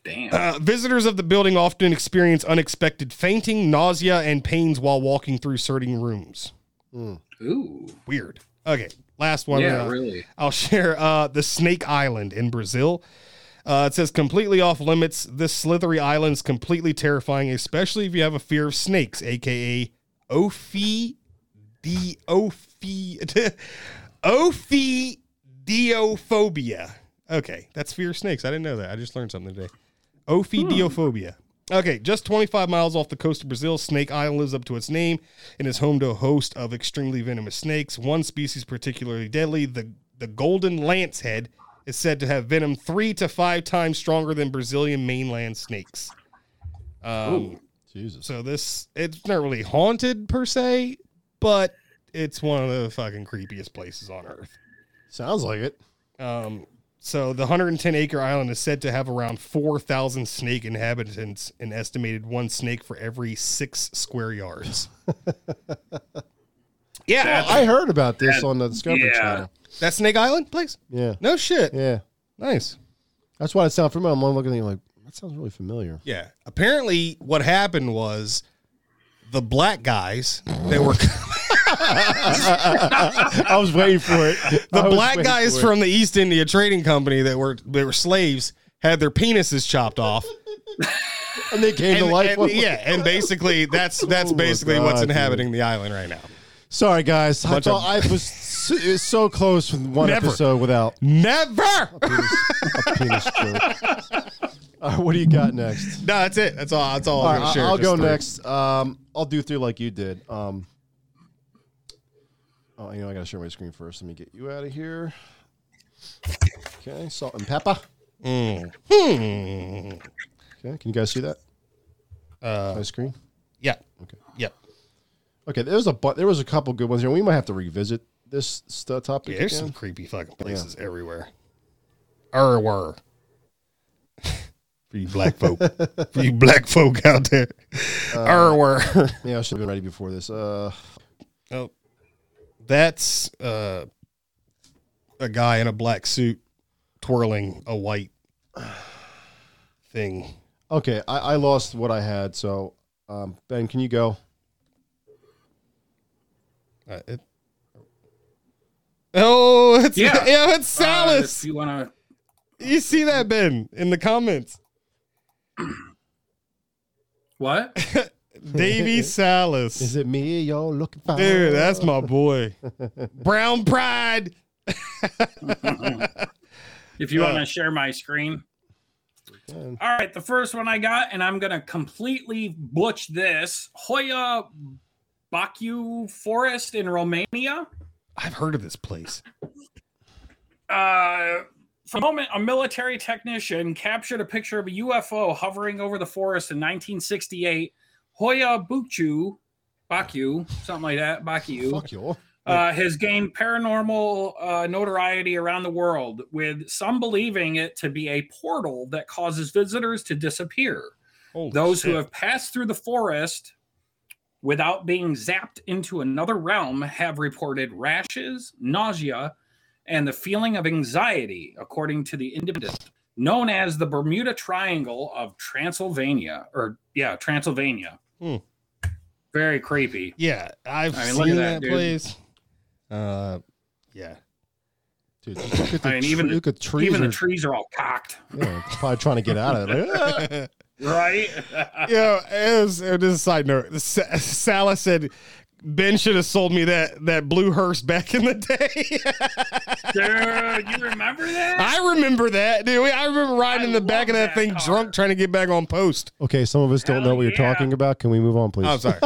Speaker 3: Damn.
Speaker 1: Uh, visitors of the building often experience unexpected fainting, nausea, and pains while walking through certain rooms.
Speaker 3: Ooh.
Speaker 1: Weird. Okay, last one.
Speaker 3: Yeah,
Speaker 1: uh,
Speaker 3: really.
Speaker 1: I'll share uh, the Snake Island in Brazil. Uh, it says completely off limits. This slithery island is completely terrifying, especially if you have a fear of snakes, aka Ophi Ophi Ophidiophobia. Okay, that's fear of snakes. I didn't know that. I just learned something today. Ophidiophobia. Okay, just 25 miles off the coast of Brazil, Snake Island lives up to its name and is home to a host of extremely venomous snakes. One species particularly deadly, the, the golden lancehead, is said to have venom three to five times stronger than Brazilian mainland snakes. Um,
Speaker 2: Jesus.
Speaker 1: so this it's not really haunted per se, but it's one of the fucking creepiest places on earth.
Speaker 2: Sounds like it.
Speaker 1: Um, so the 110 acre island is said to have around 4,000 snake inhabitants, and estimated one snake for every six square yards. yeah,
Speaker 3: That's-
Speaker 2: I heard about this on the Discovery
Speaker 3: yeah.
Speaker 2: Channel.
Speaker 1: that Snake Island place.
Speaker 2: Yeah.
Speaker 1: No shit.
Speaker 2: Yeah.
Speaker 1: Nice.
Speaker 2: That's why it sounds familiar. I'm looking at you like, that sounds really familiar.
Speaker 1: Yeah. Apparently, what happened was the black guys that were
Speaker 2: I was waiting for it.
Speaker 1: the black guys from the East India Trading Company that were they were slaves had their penises chopped off.
Speaker 2: And they came
Speaker 1: And-
Speaker 2: to life.
Speaker 1: and- yeah, and basically that's that's
Speaker 2: Oh my
Speaker 1: basically
Speaker 2: God,
Speaker 1: what's
Speaker 2: dude.
Speaker 1: inhabiting the island right now.
Speaker 2: Sorry, guys. I
Speaker 1: Bunch of-
Speaker 2: thought I was so, it was so close with one
Speaker 1: Never.
Speaker 2: episode without
Speaker 1: Never. no,
Speaker 2: a penis joke. All right, what do you got next?
Speaker 1: that's it. That's all. That's all.
Speaker 2: All
Speaker 1: I'm gonna
Speaker 2: right,
Speaker 1: share.
Speaker 2: I'll
Speaker 1: Just
Speaker 2: go
Speaker 1: three.
Speaker 2: next. Um, I'll do three like you did. Um, oh, you know, I got to share my screen first. Let me get you out of here. Okay, salt and pepper.
Speaker 1: Hmm.
Speaker 2: Okay, can you guys see that? Uh, my screen.
Speaker 1: Yeah.
Speaker 2: Okay.
Speaker 1: Yeah.
Speaker 2: Okay, there was a bu- there was a couple good ones here. We might have to revisit this stu topic.
Speaker 1: Yeah, there's
Speaker 2: again.
Speaker 1: some creepy fucking places everywhere. Er were. For you black folk. For you black folk out there. Er were.
Speaker 2: Yeah, I should have been ready before this. Uh,
Speaker 1: Oh. That's uh, a guy in a black suit twirling a white thing.
Speaker 2: okay, I, I lost what I had. So, um, Ben, can you go?
Speaker 1: Uh, it- oh, it's yeah,
Speaker 3: Yeah.
Speaker 1: it's
Speaker 3: Uh,
Speaker 1: Salas.
Speaker 3: if you want to.
Speaker 1: you see that, Ben, in the comments.
Speaker 3: What?
Speaker 1: Davy Salas.
Speaker 2: Is it me you're looking for?
Speaker 1: Dude, that's my boy. Brown Pride.
Speaker 3: If you want to share my screen. All right, the first one I got, and I'm gonna completely butch this Hoya Baku Forest in Romania.
Speaker 1: I've heard of this place.
Speaker 3: Uh, for a moment, a military technician captured a picture of a UFO hovering over the forest in 1968. Hoya Buchu, Baku, something like that, Baku.
Speaker 2: Fuck you.
Speaker 3: uh, has gained paranormal uh, notoriety around the world, with some believing it to be a portal that causes visitors to disappear.
Speaker 1: Holy
Speaker 3: Those
Speaker 1: shit.
Speaker 3: who have passed through the forest without being zapped into another realm have reported rashes, nausea, and the feeling of anxiety, according to the Independent, known as the Bermuda Triangle of Transylvania, or yeah, Transylvania.
Speaker 1: Hmm.
Speaker 3: Very creepy.
Speaker 1: Yeah, I've
Speaker 3: I mean, look at
Speaker 1: seen that,
Speaker 3: that, dude.
Speaker 1: place. Uh, yeah.
Speaker 2: Dude, just look at the
Speaker 3: I mean, even
Speaker 2: tre- look at trees.
Speaker 3: Even the
Speaker 2: are-
Speaker 3: trees are all cocked.
Speaker 2: yeah, it's probably trying to get out of it. Like, "Ah."
Speaker 3: Right?
Speaker 1: Yeah, it was, it was a side note. Sa- Salah said, Ben should have sold me that, that blue hearse back in the day.
Speaker 3: Dude, you remember that?
Speaker 1: I remember that, dude. I remember riding
Speaker 3: I
Speaker 1: in the back of
Speaker 3: love
Speaker 1: that,
Speaker 3: that
Speaker 1: thing
Speaker 3: car.
Speaker 1: drunk trying to get back on post.
Speaker 2: okay, some of us don't know
Speaker 3: Hell
Speaker 2: what you're
Speaker 3: yeah.
Speaker 2: talking about. Can we move on, please?
Speaker 1: Oh, I'm sorry.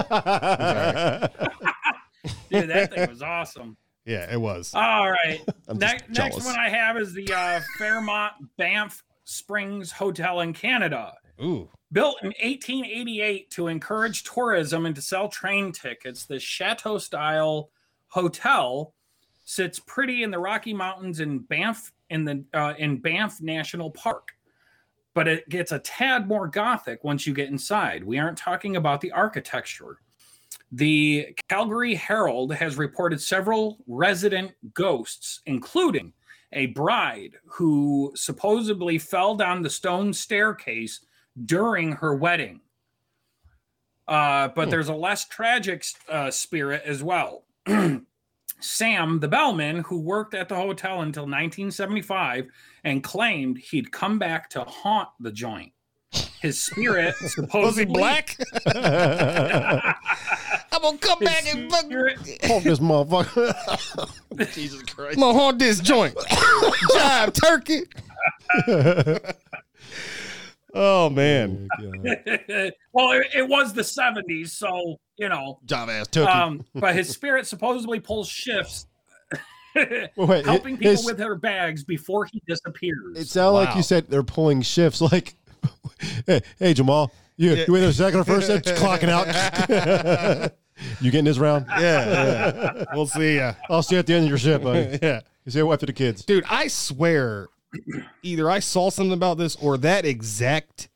Speaker 3: Dude, that thing was awesome.
Speaker 1: Yeah, it was.
Speaker 3: All right.
Speaker 2: I'm
Speaker 3: Ne-
Speaker 2: just
Speaker 3: next
Speaker 2: jealous.
Speaker 3: one I have is the uh, Fairmont Banff Springs Hotel in Canada.
Speaker 1: Ooh.
Speaker 3: Built in 1888 to encourage tourism and to sell train tickets, the chateau style hotel sits pretty in the Rocky Mountains in Banff in the uh, in Banff National Park. But it gets a tad more gothic once you get inside. We aren't talking about the architecture. The Calgary Herald has reported several resident ghosts, including a bride who supposedly fell down the stone staircase during her wedding. Uh,
Speaker 1: Hmm.
Speaker 3: but there's a less tragic uh, spirit as well. Sam, the bellman who worked at the hotel until 1975 and claimed he'd come back to haunt the joint. His spirit supposedly
Speaker 1: Was he black? I'm going to come
Speaker 3: his
Speaker 1: back and fuck
Speaker 3: spirit-
Speaker 2: Fuck this motherfucker.
Speaker 1: I'm gonna haunt this joint. Jive turkey. oh man.
Speaker 3: well, it, it was the 70s, so you know.
Speaker 2: Job ass turkey.
Speaker 3: Um, but his spirit supposedly pulls shifts,
Speaker 2: Well, wait,
Speaker 3: helping
Speaker 2: it-
Speaker 3: people
Speaker 2: it's-
Speaker 3: with their bags before he disappears.
Speaker 2: It sounded like
Speaker 1: Wow.
Speaker 2: you said they're pulling shifts. Like, hey, hey Jamal, you, you wait a second or first? That's clocking out. You getting this round?
Speaker 1: Yeah, yeah. we'll see. Ya.
Speaker 2: I'll see you at the end of your shit, buddy.
Speaker 1: Yeah,
Speaker 2: You say what after the kids?
Speaker 1: dude, I swear, either I saw something about this or that exact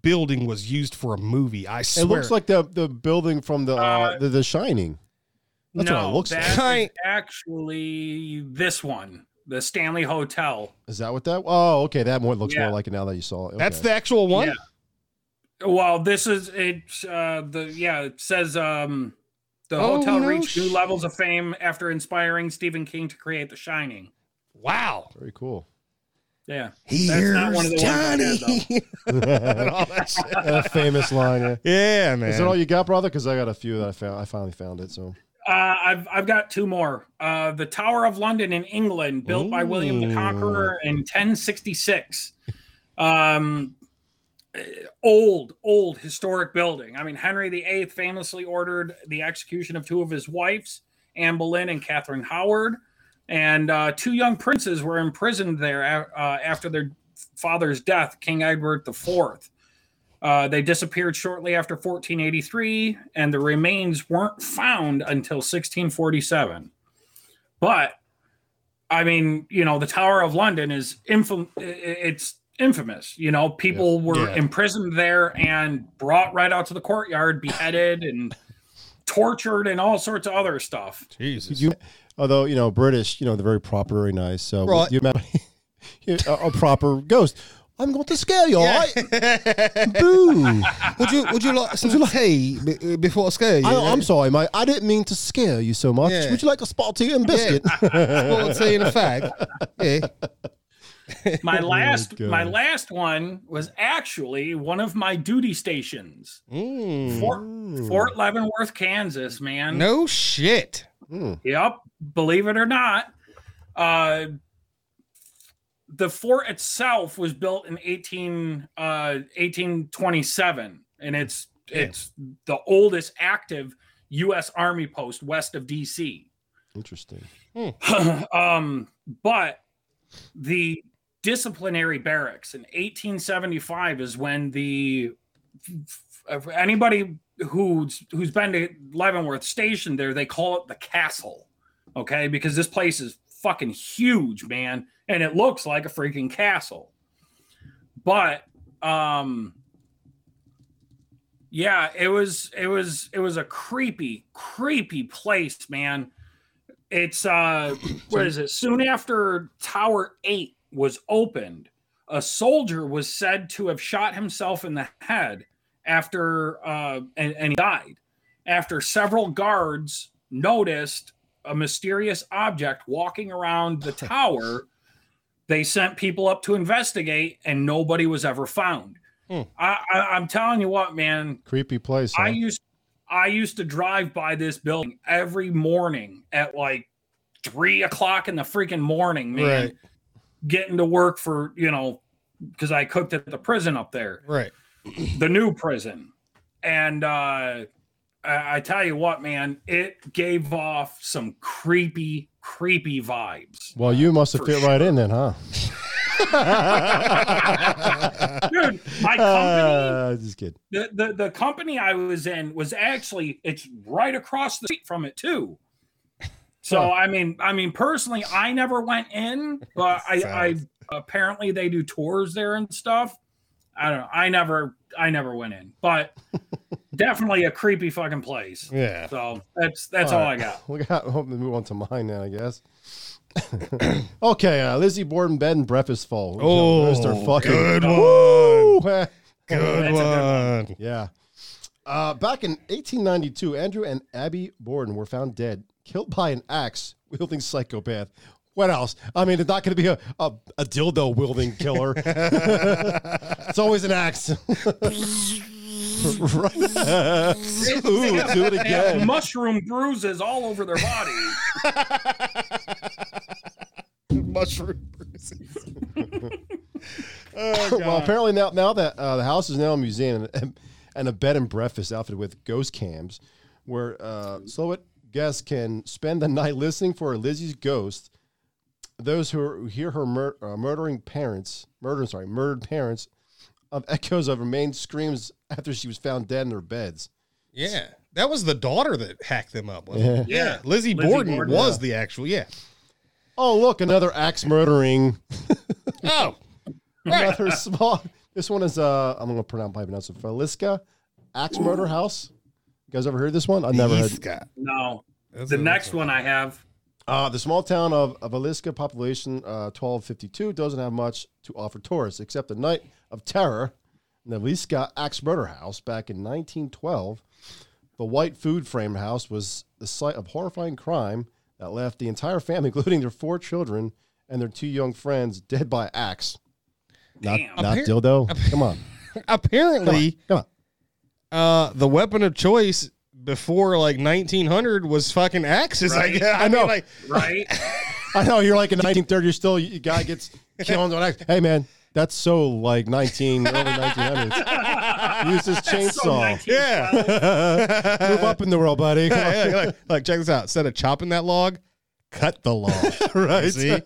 Speaker 1: building was used for a movie. I
Speaker 2: It
Speaker 1: swear.
Speaker 2: looks like the the building from the uh,
Speaker 3: Uh,
Speaker 2: the, the Shining. That's what it looks
Speaker 3: that
Speaker 2: like.
Speaker 3: is
Speaker 1: Right.
Speaker 3: actually this one, the Stanley Hotel.
Speaker 2: Is that what that? Oh, okay. That more looks
Speaker 3: Yeah.
Speaker 2: more like it now that you saw it. Okay.
Speaker 1: that's the actual one.
Speaker 3: Yeah. Well, this is it's uh the yeah, it says um the
Speaker 1: Oh,
Speaker 3: hotel
Speaker 1: no
Speaker 3: reached new
Speaker 1: sh-
Speaker 3: levels of fame after inspiring Stephen King to create The Shining.
Speaker 1: Wow.
Speaker 2: very cool.
Speaker 3: Yeah. That's not one of the ones I had, though.
Speaker 1: And all that shit.
Speaker 2: That famous line. Yeah.
Speaker 1: Yeah, man.
Speaker 2: Is that all you got, brother? Because I got a few that I found. I finally found it. So
Speaker 3: Uh, I've I've got two more. Uh, the Tower of London in England, built by William the Conqueror in 1066. Um, eh, old, old historic building. I mean, Henry VIII famously ordered the execution of two of his wives, Anne Boleyn and Catherine Howard, and uh, two young princes were imprisoned there a- uh, after their father's death, King Edward IV. Uh, they disappeared shortly after 1483, and the remains weren't found until 1647. But I mean, you know, the Tower of London is infam- i- i- it's infamous. You know, people were imprisoned there and brought right out to the courtyard, beheaded and tortured, and all sorts of other stuff.
Speaker 1: Jesus.
Speaker 2: you, although you know British, you know they're very proper, very nice. So
Speaker 1: Right.
Speaker 2: you imagine you- a, a proper ghost. I'm going to scare you, all right? Boo!
Speaker 1: Would you would you like some tea be- uh, before I scare you?
Speaker 2: I, I'm sorry, mate. I didn't mean to scare you so much.
Speaker 1: Yeah.
Speaker 2: Would you like a spot of tea and biscuit?
Speaker 1: Well, tea in "Eh, a fag. Yeah.
Speaker 3: My last,
Speaker 2: God.
Speaker 3: my last one was actually one of my duty stations,
Speaker 1: Mm.
Speaker 3: Fort, Fort Leavenworth, Kansas. Man,
Speaker 1: No shit.
Speaker 3: Yep, believe it or not, uh, the fort itself was built in 18 uh, 1827, and it's it's the oldest active U.S. Army post west of D.C.
Speaker 2: Interesting.
Speaker 3: um, but the disciplinary barracks in 1875 is when the if anybody who's who's been to Leavenworth Station there, they call it the castle. Okay, because this place is fucking huge, man, and it looks like a freaking castle. But um yeah, it was it was it was a creepy, creepy place, man. It's uh what is it? Soon after Tower 8 was opened, a soldier was said to have shot himself in the head after uh, and, and he died after several guards noticed a mysterious object walking around the tower they sent people up to investigate and nobody was ever found I, I, i'm telling you what man
Speaker 2: Creepy place. Huh?
Speaker 3: I used I used to drive by this building every morning at like three o'clock in the freaking morning, man.
Speaker 1: Right.
Speaker 3: Getting to work for you know because I cooked at the prison up there,
Speaker 1: Right.
Speaker 3: the new prison, and uh, I, I tell you what, man, it gave off some creepy, creepy vibes.
Speaker 2: well, you must have
Speaker 3: For
Speaker 2: fit right in then, huh?
Speaker 3: Dude, my company.
Speaker 2: Uh, just kidding.
Speaker 3: the, the the company I was in was actually it's right across the street from it too. So I mean, I mean personally, I never went in, but I, I
Speaker 1: Sounds-
Speaker 3: apparently they do tours there and stuff. I don't know. I never I never went in, but definitely a creepy fucking place.
Speaker 1: Yeah.
Speaker 3: So that's that's all I got.
Speaker 2: We got hope to move on to mine now, I guess. okay, uh, Lizzie Borden Bed and Breakfast Fall.
Speaker 1: Oh,
Speaker 2: There's their fucking
Speaker 1: good
Speaker 2: Woo!
Speaker 1: Good one.
Speaker 2: yeah. Uh, back in 1892, Andrew and Abby Borden were found dead, killed by an axe wielding psychopath. What else? I mean, it's not going to be a, a, a dildo wielding killer. it's always an axe. right. Ooh, do it
Speaker 3: They have
Speaker 2: again.
Speaker 3: mushroom bruises all over their body.
Speaker 1: Mushroom bruises. oh,
Speaker 2: well,
Speaker 1: God.
Speaker 2: apparently now now that uh, the house is now a museum and, and a bed and breakfast outfitted with ghost cams, where uh, Slowit guests can spend the night listening for Lizzie's ghost. Those who, are, who hear her mur- uh, murdering parents, murder sorry, murdered parents, of echoes of her main screams after she was found dead in her beds.
Speaker 1: Yeah. that was the daughter that hacked them up. Wasn't it?
Speaker 3: Yeah.
Speaker 1: Lizzie,
Speaker 3: Lizzie
Speaker 1: Borden,
Speaker 3: Borden.
Speaker 1: was the actual. Yeah.
Speaker 2: Oh, look, another axe murdering.
Speaker 1: Oh,
Speaker 2: another small. This one is uh, I'm gonna pronounce probably pronounce it Feliska Axe Murder House. You guys ever heard this one? I've never heard.
Speaker 1: Scott.
Speaker 3: No.
Speaker 1: That's
Speaker 3: The
Speaker 1: a-
Speaker 3: next one I have.
Speaker 2: Uh, the small town of of Veliska, population uh, 1252, doesn't have much to offer tourists except a night of terror in the Veliska Axe Murder House back in 1912. The white food frame house was the site of horrifying crime that left the entire family, including their four children and their two young friends, dead by axe. Not,
Speaker 3: Damn.
Speaker 2: not
Speaker 1: Appar-
Speaker 2: dildo. Come on.
Speaker 1: Apparently,
Speaker 2: Come on.
Speaker 1: uh, the weapon of choice before like 1900 was fucking axes. I
Speaker 3: Right.
Speaker 1: guess. I, know. like,
Speaker 3: Right?
Speaker 2: I know you're like in 1930s still. You guy gets killed on axe. Hey man, that's so like 19 early 1900s. Use this chainsaw.
Speaker 1: yeah.
Speaker 2: Move up in the world, buddy. Come on.
Speaker 1: Yeah, yeah, like, like, check this out. Instead of chopping that log, cut the log. right. See?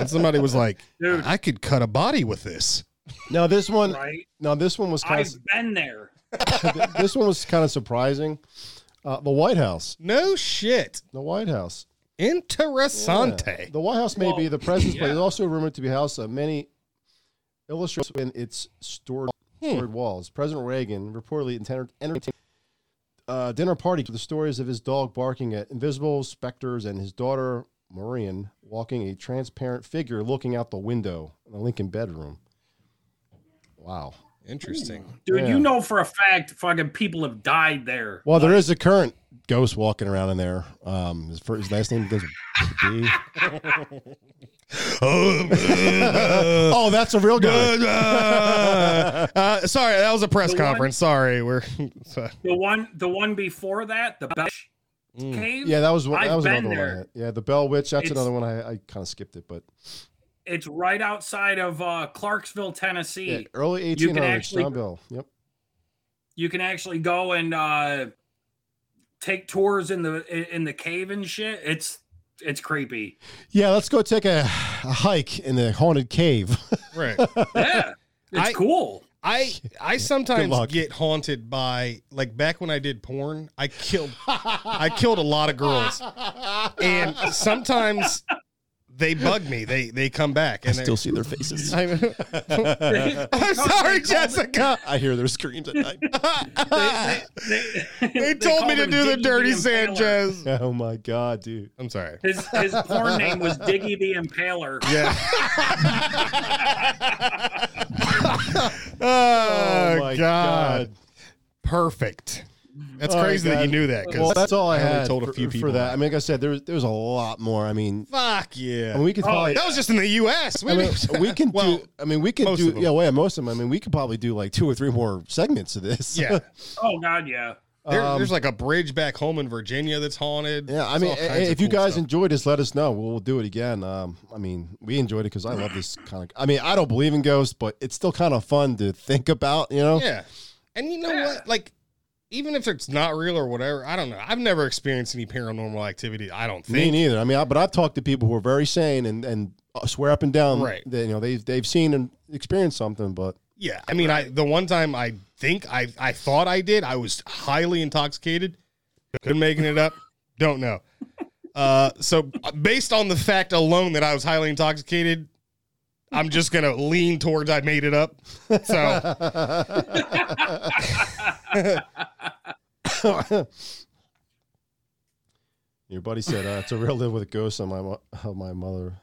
Speaker 1: And somebody was like,
Speaker 3: Dude.
Speaker 1: I could cut a body with this.
Speaker 2: Now this one,
Speaker 3: Right?
Speaker 2: now this one was kind
Speaker 3: I've been there.
Speaker 2: of this one was kind of surprising. Uh, the White House,
Speaker 1: No shit.
Speaker 2: the White House,
Speaker 1: Interessante.
Speaker 2: the White House may be
Speaker 3: Well,
Speaker 2: the president's place.
Speaker 3: yeah.
Speaker 2: It's also rumored to be a house of many illustrations in its stored, stored walls. President Reagan reportedly intended entertained uh, dinner party with the stories of his dog barking at invisible specters and his daughter Marian walking a transparent figure looking out the window in the Lincoln bedroom. Wow.
Speaker 1: Interesting.
Speaker 3: Dude,
Speaker 2: Yeah.
Speaker 3: you know for a fact fucking people have died there.
Speaker 2: Well, there is a current ghost walking around in there. Um, his, first, his last name doesn't. B. oh, that's a real guy.
Speaker 1: uh, uh, sorry, that was a press
Speaker 3: The one-
Speaker 1: conference. sorry, we're sorry.
Speaker 3: The one the one before that, the Belch Cave.
Speaker 2: Mm. Yeah, that was one.
Speaker 3: I've
Speaker 2: That was
Speaker 3: been
Speaker 2: another one. I
Speaker 3: there.
Speaker 2: had. Yeah, the Bell Witch. That's
Speaker 3: It's-
Speaker 2: another one. I, I kind of skipped it, but
Speaker 3: It's right outside of uh, Clarksville, Tennessee.
Speaker 2: yeah, early
Speaker 3: can
Speaker 2: 1800s.
Speaker 3: actually-
Speaker 2: John Bell. Yep.
Speaker 3: You can actually go and uh, take tours in the in the cave and shit. It's it's creepy.
Speaker 2: Yeah, let's go take a, a hike in the haunted cave.
Speaker 1: Right.
Speaker 3: Yeah. It's
Speaker 1: I-
Speaker 3: cool.
Speaker 1: I I sometimes
Speaker 2: luck.
Speaker 1: get haunted by like back when I did porn, I killed I killed a lot of girls. And sometimes they bug me. They they come back and
Speaker 10: Still see their faces.
Speaker 1: they, I'm, I'm sorry, Jessica.
Speaker 10: I hear their screams at night.
Speaker 3: They,
Speaker 1: They told
Speaker 3: called
Speaker 1: me to
Speaker 3: him
Speaker 1: do the
Speaker 3: Diggy
Speaker 1: dirty
Speaker 3: Impaler.
Speaker 1: Sanchez.
Speaker 2: oh my God, dude.
Speaker 1: I'm sorry.
Speaker 3: His his porn name was Diggy the Impaler.
Speaker 1: Yeah. oh,
Speaker 2: Oh
Speaker 1: my
Speaker 2: my
Speaker 1: god. Perfect. That's
Speaker 2: Oh,
Speaker 1: crazy that you
Speaker 2: God.
Speaker 1: knew that because
Speaker 2: Well, that's all I,
Speaker 1: only
Speaker 2: had
Speaker 1: told a
Speaker 2: for,
Speaker 1: few
Speaker 2: for
Speaker 1: people
Speaker 2: that. I mean, like I said, there was, there was a lot more. I mean,
Speaker 1: Fuck yeah.
Speaker 2: I mean, we
Speaker 3: Oh,
Speaker 2: could probably.
Speaker 1: that was just in the U.S. We,
Speaker 2: I mean, we can
Speaker 1: well,
Speaker 2: do. I mean, we can
Speaker 1: most
Speaker 2: do.
Speaker 1: of them.
Speaker 2: Yeah, well, yeah, most of them. I mean, we could probably do like two or three more segments of this.
Speaker 1: Yeah,
Speaker 3: Oh god, yeah.
Speaker 1: There-
Speaker 2: Um,
Speaker 1: there's like a bridge back home in Virginia that's haunted.
Speaker 2: Yeah, I
Speaker 1: It's
Speaker 2: mean,
Speaker 1: all kinds
Speaker 2: i-
Speaker 1: of
Speaker 2: if you
Speaker 1: cool
Speaker 2: guys
Speaker 1: stuff.
Speaker 2: enjoyed this, let us know. We'll, we'll do it again. Um, I mean, we enjoyed it because I love this kind of. I mean, I don't believe in ghosts, but it's still kind of fun to think about. You know,
Speaker 1: yeah, and you know what? Like, even if it's not real or whatever, I don't know. I've never experienced any paranormal activity. I don't
Speaker 2: me
Speaker 1: think.
Speaker 2: neither. I mean, I, but I've talked to people who are very sane and and uh, swear up and down,
Speaker 1: Right.
Speaker 2: That, you know, they they've seen and experienced something, but
Speaker 1: Yeah, I mean, I the one time I think I I thought I did, I was highly intoxicated, couldn't making it up. Don't know. Uh, so based on the fact alone that I was highly intoxicated, I'm just gonna lean towards I made it up. So
Speaker 2: your buddy said uh, it's a real live with a ghost on my mo- of my mother.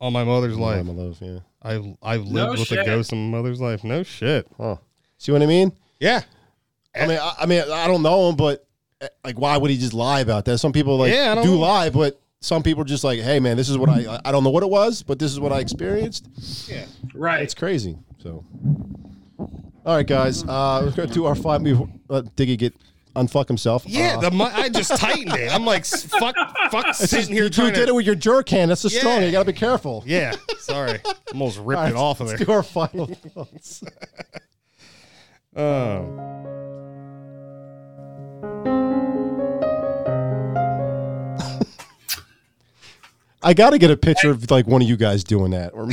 Speaker 1: on my mother's
Speaker 2: my
Speaker 1: life,
Speaker 2: mother love, yeah.
Speaker 1: I I lived
Speaker 3: No
Speaker 1: with a
Speaker 3: shit.
Speaker 1: ghost in my mother's life. No shit.
Speaker 2: Huh. See what I mean?
Speaker 1: Yeah,
Speaker 2: I mean, I, I mean, I don't know him, but eh, like, why would he just lie about that? Some people like
Speaker 1: Yeah, I don't
Speaker 2: do
Speaker 1: know.
Speaker 2: lie, but some people are just like, hey, man, this is what I, I don't know what it was, but this is what I experienced.
Speaker 3: Right.
Speaker 2: It's crazy. So, all right, guys, uh, we're gonna do our five. We let Diggy get unfuck himself.
Speaker 1: yeah.
Speaker 2: Uh,
Speaker 1: the mi- I just tightened it. I'm like s- fuck, fuck, sitting here
Speaker 2: you two
Speaker 1: trying
Speaker 2: did
Speaker 1: to.
Speaker 2: it with your jerk hand. That's the strong.
Speaker 1: Yeah.
Speaker 2: You gotta be careful.
Speaker 1: Yeah, sorry, almost ripped
Speaker 2: All right,
Speaker 1: it off of there.
Speaker 2: Let's do our final thoughts. Um.
Speaker 1: Oh.
Speaker 2: I gotta get a picture of like one of you guys doing that. Or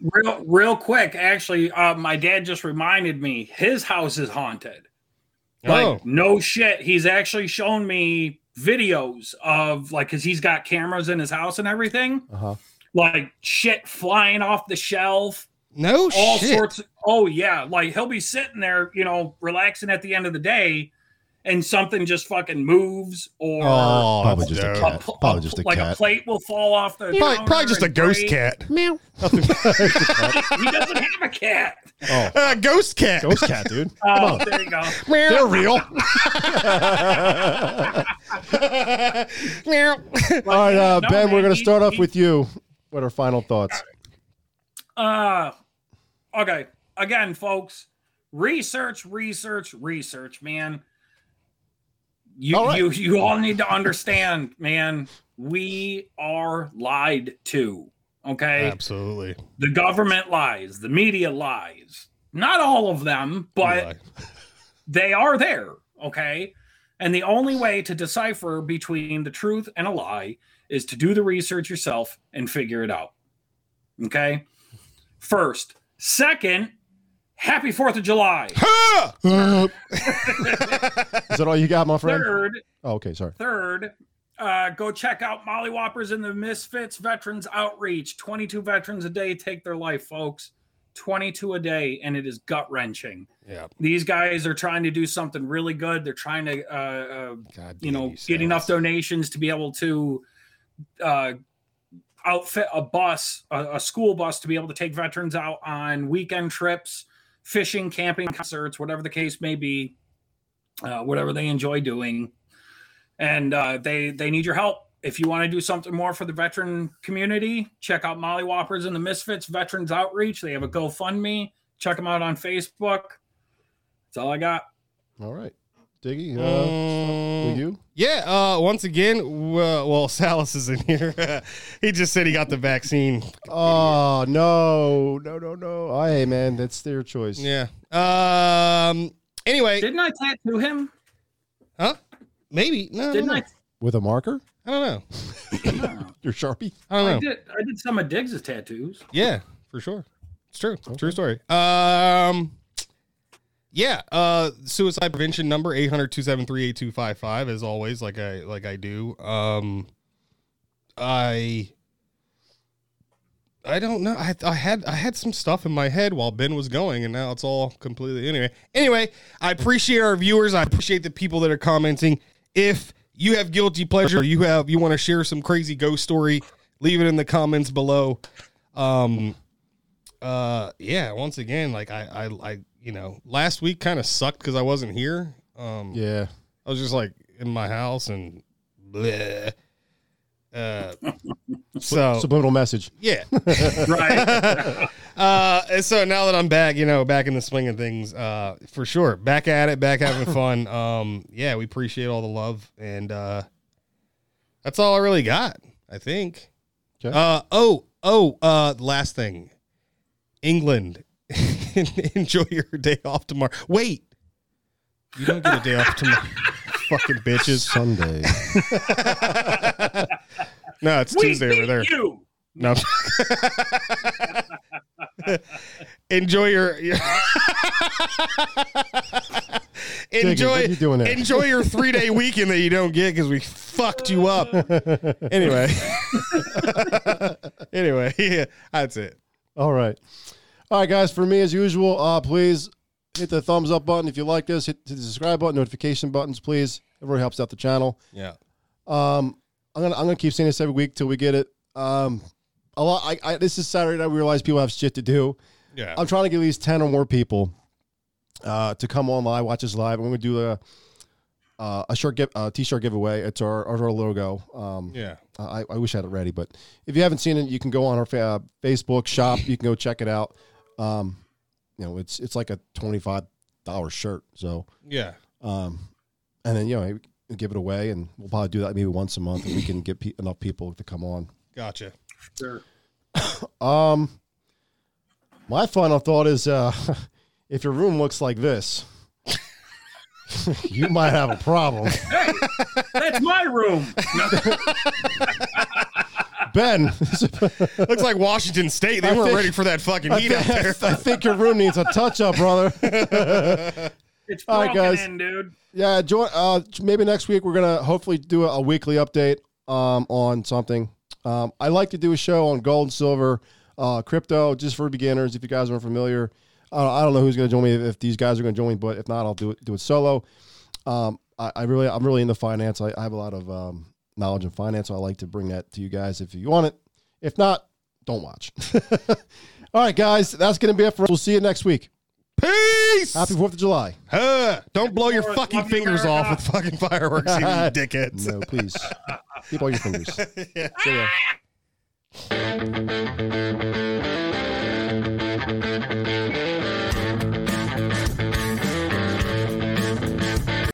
Speaker 3: Real, real quick, actually, uh, my dad just reminded me his house is haunted. Like,
Speaker 1: Oh.
Speaker 3: no shit. He's actually shown me videos of like, cause he's got cameras in his house and everything.
Speaker 2: Uh-huh.
Speaker 3: Like shit flying off the shelf,
Speaker 1: No
Speaker 3: all
Speaker 1: shit.
Speaker 3: sorts. Of, oh yeah, like he'll be sitting there, you know, relaxing at the end of the day, and something just fucking moves, or
Speaker 2: Oh,
Speaker 1: Probably
Speaker 2: probably
Speaker 1: just
Speaker 2: just
Speaker 1: a
Speaker 2: a
Speaker 1: dope.
Speaker 2: cat.
Speaker 3: pl-
Speaker 2: Probably just a
Speaker 3: like a
Speaker 2: cat.
Speaker 3: plate will fall off the
Speaker 1: Probably,
Speaker 3: counter
Speaker 1: probably just a
Speaker 3: and
Speaker 1: ghost
Speaker 3: break.
Speaker 1: cat.
Speaker 10: Meow.
Speaker 3: He doesn't have a cat.
Speaker 2: oh,
Speaker 1: Uh, ghost cat.
Speaker 2: ghost cat, dude.
Speaker 3: Oh, there you go.
Speaker 2: They're real.
Speaker 1: Meow.
Speaker 2: All right, uh,
Speaker 3: No,
Speaker 2: Ben,
Speaker 3: man,
Speaker 2: we're going
Speaker 3: he-
Speaker 2: to start off
Speaker 3: he-
Speaker 2: with you. What are final thoughts?
Speaker 3: Uh okay. Again, folks, research, research, research, man. You
Speaker 2: All right.
Speaker 3: you you all need to understand, man. We are lied to. Okay.
Speaker 1: Absolutely.
Speaker 3: The government lies, the media lies. Not all of them, but they are there, okay? And the only way to decipher between the truth and a lie is to do the research yourself and figure it out. Okay? First, second, happy 4th of July.
Speaker 2: Is that all you got, my friend?
Speaker 3: Third,
Speaker 2: Oh, okay, sorry.
Speaker 3: Third, uh, go check out Molly Whoppers and the Misfits Veterans Outreach. 22 veterans a day take their life, folks. 22 a day, and it is gut wrenching.
Speaker 1: Yeah.
Speaker 3: These guys are trying to do something really good. They're trying to, uh, uh,
Speaker 1: God damn
Speaker 3: you know,
Speaker 1: sounds.
Speaker 3: get enough donations to be able to uh, outfit a bus, a, a school bus, to be able to take veterans out on weekend trips, fishing, camping, concerts, whatever the case may be, uh, whatever they enjoy doing, and uh, they they need your help. If you want to do something more for the veteran community, check out Molly Whoppers and the Misfits Veterans Outreach. They have a GoFundMe. Check them out on Facebook. That's all I got.
Speaker 2: All right. Diggy, uh,
Speaker 1: Mm.
Speaker 2: will you?
Speaker 1: Yeah, uh, once again, w- uh, well, Salas is in here. he just said he got the vaccine.
Speaker 2: Oh, no. No, no, no. Oh, hey, man, that's their choice.
Speaker 1: Yeah. Um. Anyway,
Speaker 3: Didn't I tattoo him?
Speaker 1: maybe. No, I don't
Speaker 3: Didn't
Speaker 1: know.
Speaker 3: I?
Speaker 2: With a marker?
Speaker 1: I don't know.
Speaker 2: Your Sharpie?
Speaker 1: I don't know.
Speaker 3: I did. I did some of Diggs' tattoos.
Speaker 1: Yeah, for sure. It's true. True story. Um yeah, uh suicide prevention number 800-273-8255 as always like I like I do. Um I I don't know. I, I had I had some stuff in my head while Ben was going, and now it's all completely anyway. Anyway, I appreciate our viewers. I appreciate the people that are commenting. If you have guilty pleasure, you have you want to share some crazy ghost story, leave it in the comments below um uh yeah once again like i i, I you know last week kind of sucked because i wasn't here um
Speaker 2: Yeah.
Speaker 1: i was just like in my house and bleh. uh so
Speaker 2: Subliminal message.
Speaker 1: yeah
Speaker 3: Right.
Speaker 1: uh and so now that i'm back you know back in the swing of things uh for sure back at it back having fun um yeah we appreciate all the love and uh that's all i really got i think
Speaker 2: Okay.
Speaker 1: uh oh oh uh last thing england enjoy your day off tomorrow wait you don't get a day off tomorrow fucking bitches
Speaker 2: Sunday.
Speaker 1: no it's
Speaker 3: We
Speaker 1: tuesday over
Speaker 3: beat
Speaker 1: there
Speaker 3: You.
Speaker 1: no. enjoy your. your-
Speaker 2: what
Speaker 1: enjoy
Speaker 2: you doing there?
Speaker 1: enjoy your three day weekend that you don't get because we fucked you up. anyway. anyway, yeah, that's it.
Speaker 2: All right. All right, guys. For me, as usual, uh, please hit the thumbs up button if you like this. Hit the subscribe button, notification buttons, please. It really helps out the channel.
Speaker 1: Yeah.
Speaker 2: Um, I'm gonna I'm gonna keep saying this every week till we get it. Um, a lot. I, I this is Saturday night. We realize people have shit to do.
Speaker 1: Yeah.
Speaker 2: I'm trying to get at least ten or more people uh, to come on live, watch us live. We're gonna do a uh, a shirt give a t-shirt giveaway. It's our our logo. Um,
Speaker 1: yeah.
Speaker 2: I, I wish I had it ready, but if you haven't seen it, you can go on our fa- uh, Facebook shop. You can go check it out. Um, you know, it's it's like a twenty five dollar shirt. So,
Speaker 1: Yeah.
Speaker 2: um, and then you know, we give it away, and we'll probably do that maybe once a month, and we can get pe- enough people to come on.
Speaker 1: Gotcha.
Speaker 3: Sure.
Speaker 2: Um, my final thought is, uh, if your room looks like this, you might have a problem.
Speaker 3: That's my room.
Speaker 2: Ben,
Speaker 1: Looks like Washington State. They
Speaker 2: I
Speaker 1: weren't
Speaker 2: think-
Speaker 1: ready for that fucking
Speaker 2: I
Speaker 1: heat out
Speaker 2: thi-
Speaker 1: there.
Speaker 2: I think your room needs a touch up, brother.
Speaker 3: It's
Speaker 2: All right,
Speaker 3: broken
Speaker 2: guys.
Speaker 3: in, dude.
Speaker 2: Yeah, join, uh, maybe next week we're gonna hopefully do a, a weekly update um, on something. Um, I like to do a show on gold and silver, uh, crypto, just for beginners. If you guys aren't familiar, uh, I don't know who's gonna join me if, if these guys are gonna join me, but if not, I'll do it do it solo. Um, I, I really I'm really into finance. I, I have a lot of um, knowledge in finance. So I like to bring that to you guys if you want it. If not, don't watch. All right, guys, that's gonna be it for us. We'll see you next week.
Speaker 1: Peace.
Speaker 2: Happy Fourth of July.
Speaker 1: Huh. don't blow your
Speaker 3: Lord,
Speaker 1: fucking
Speaker 3: love you,
Speaker 1: fingers off
Speaker 3: America.
Speaker 1: with fucking fireworks, you dickheads.
Speaker 2: No, please keep all your fingers. See ya.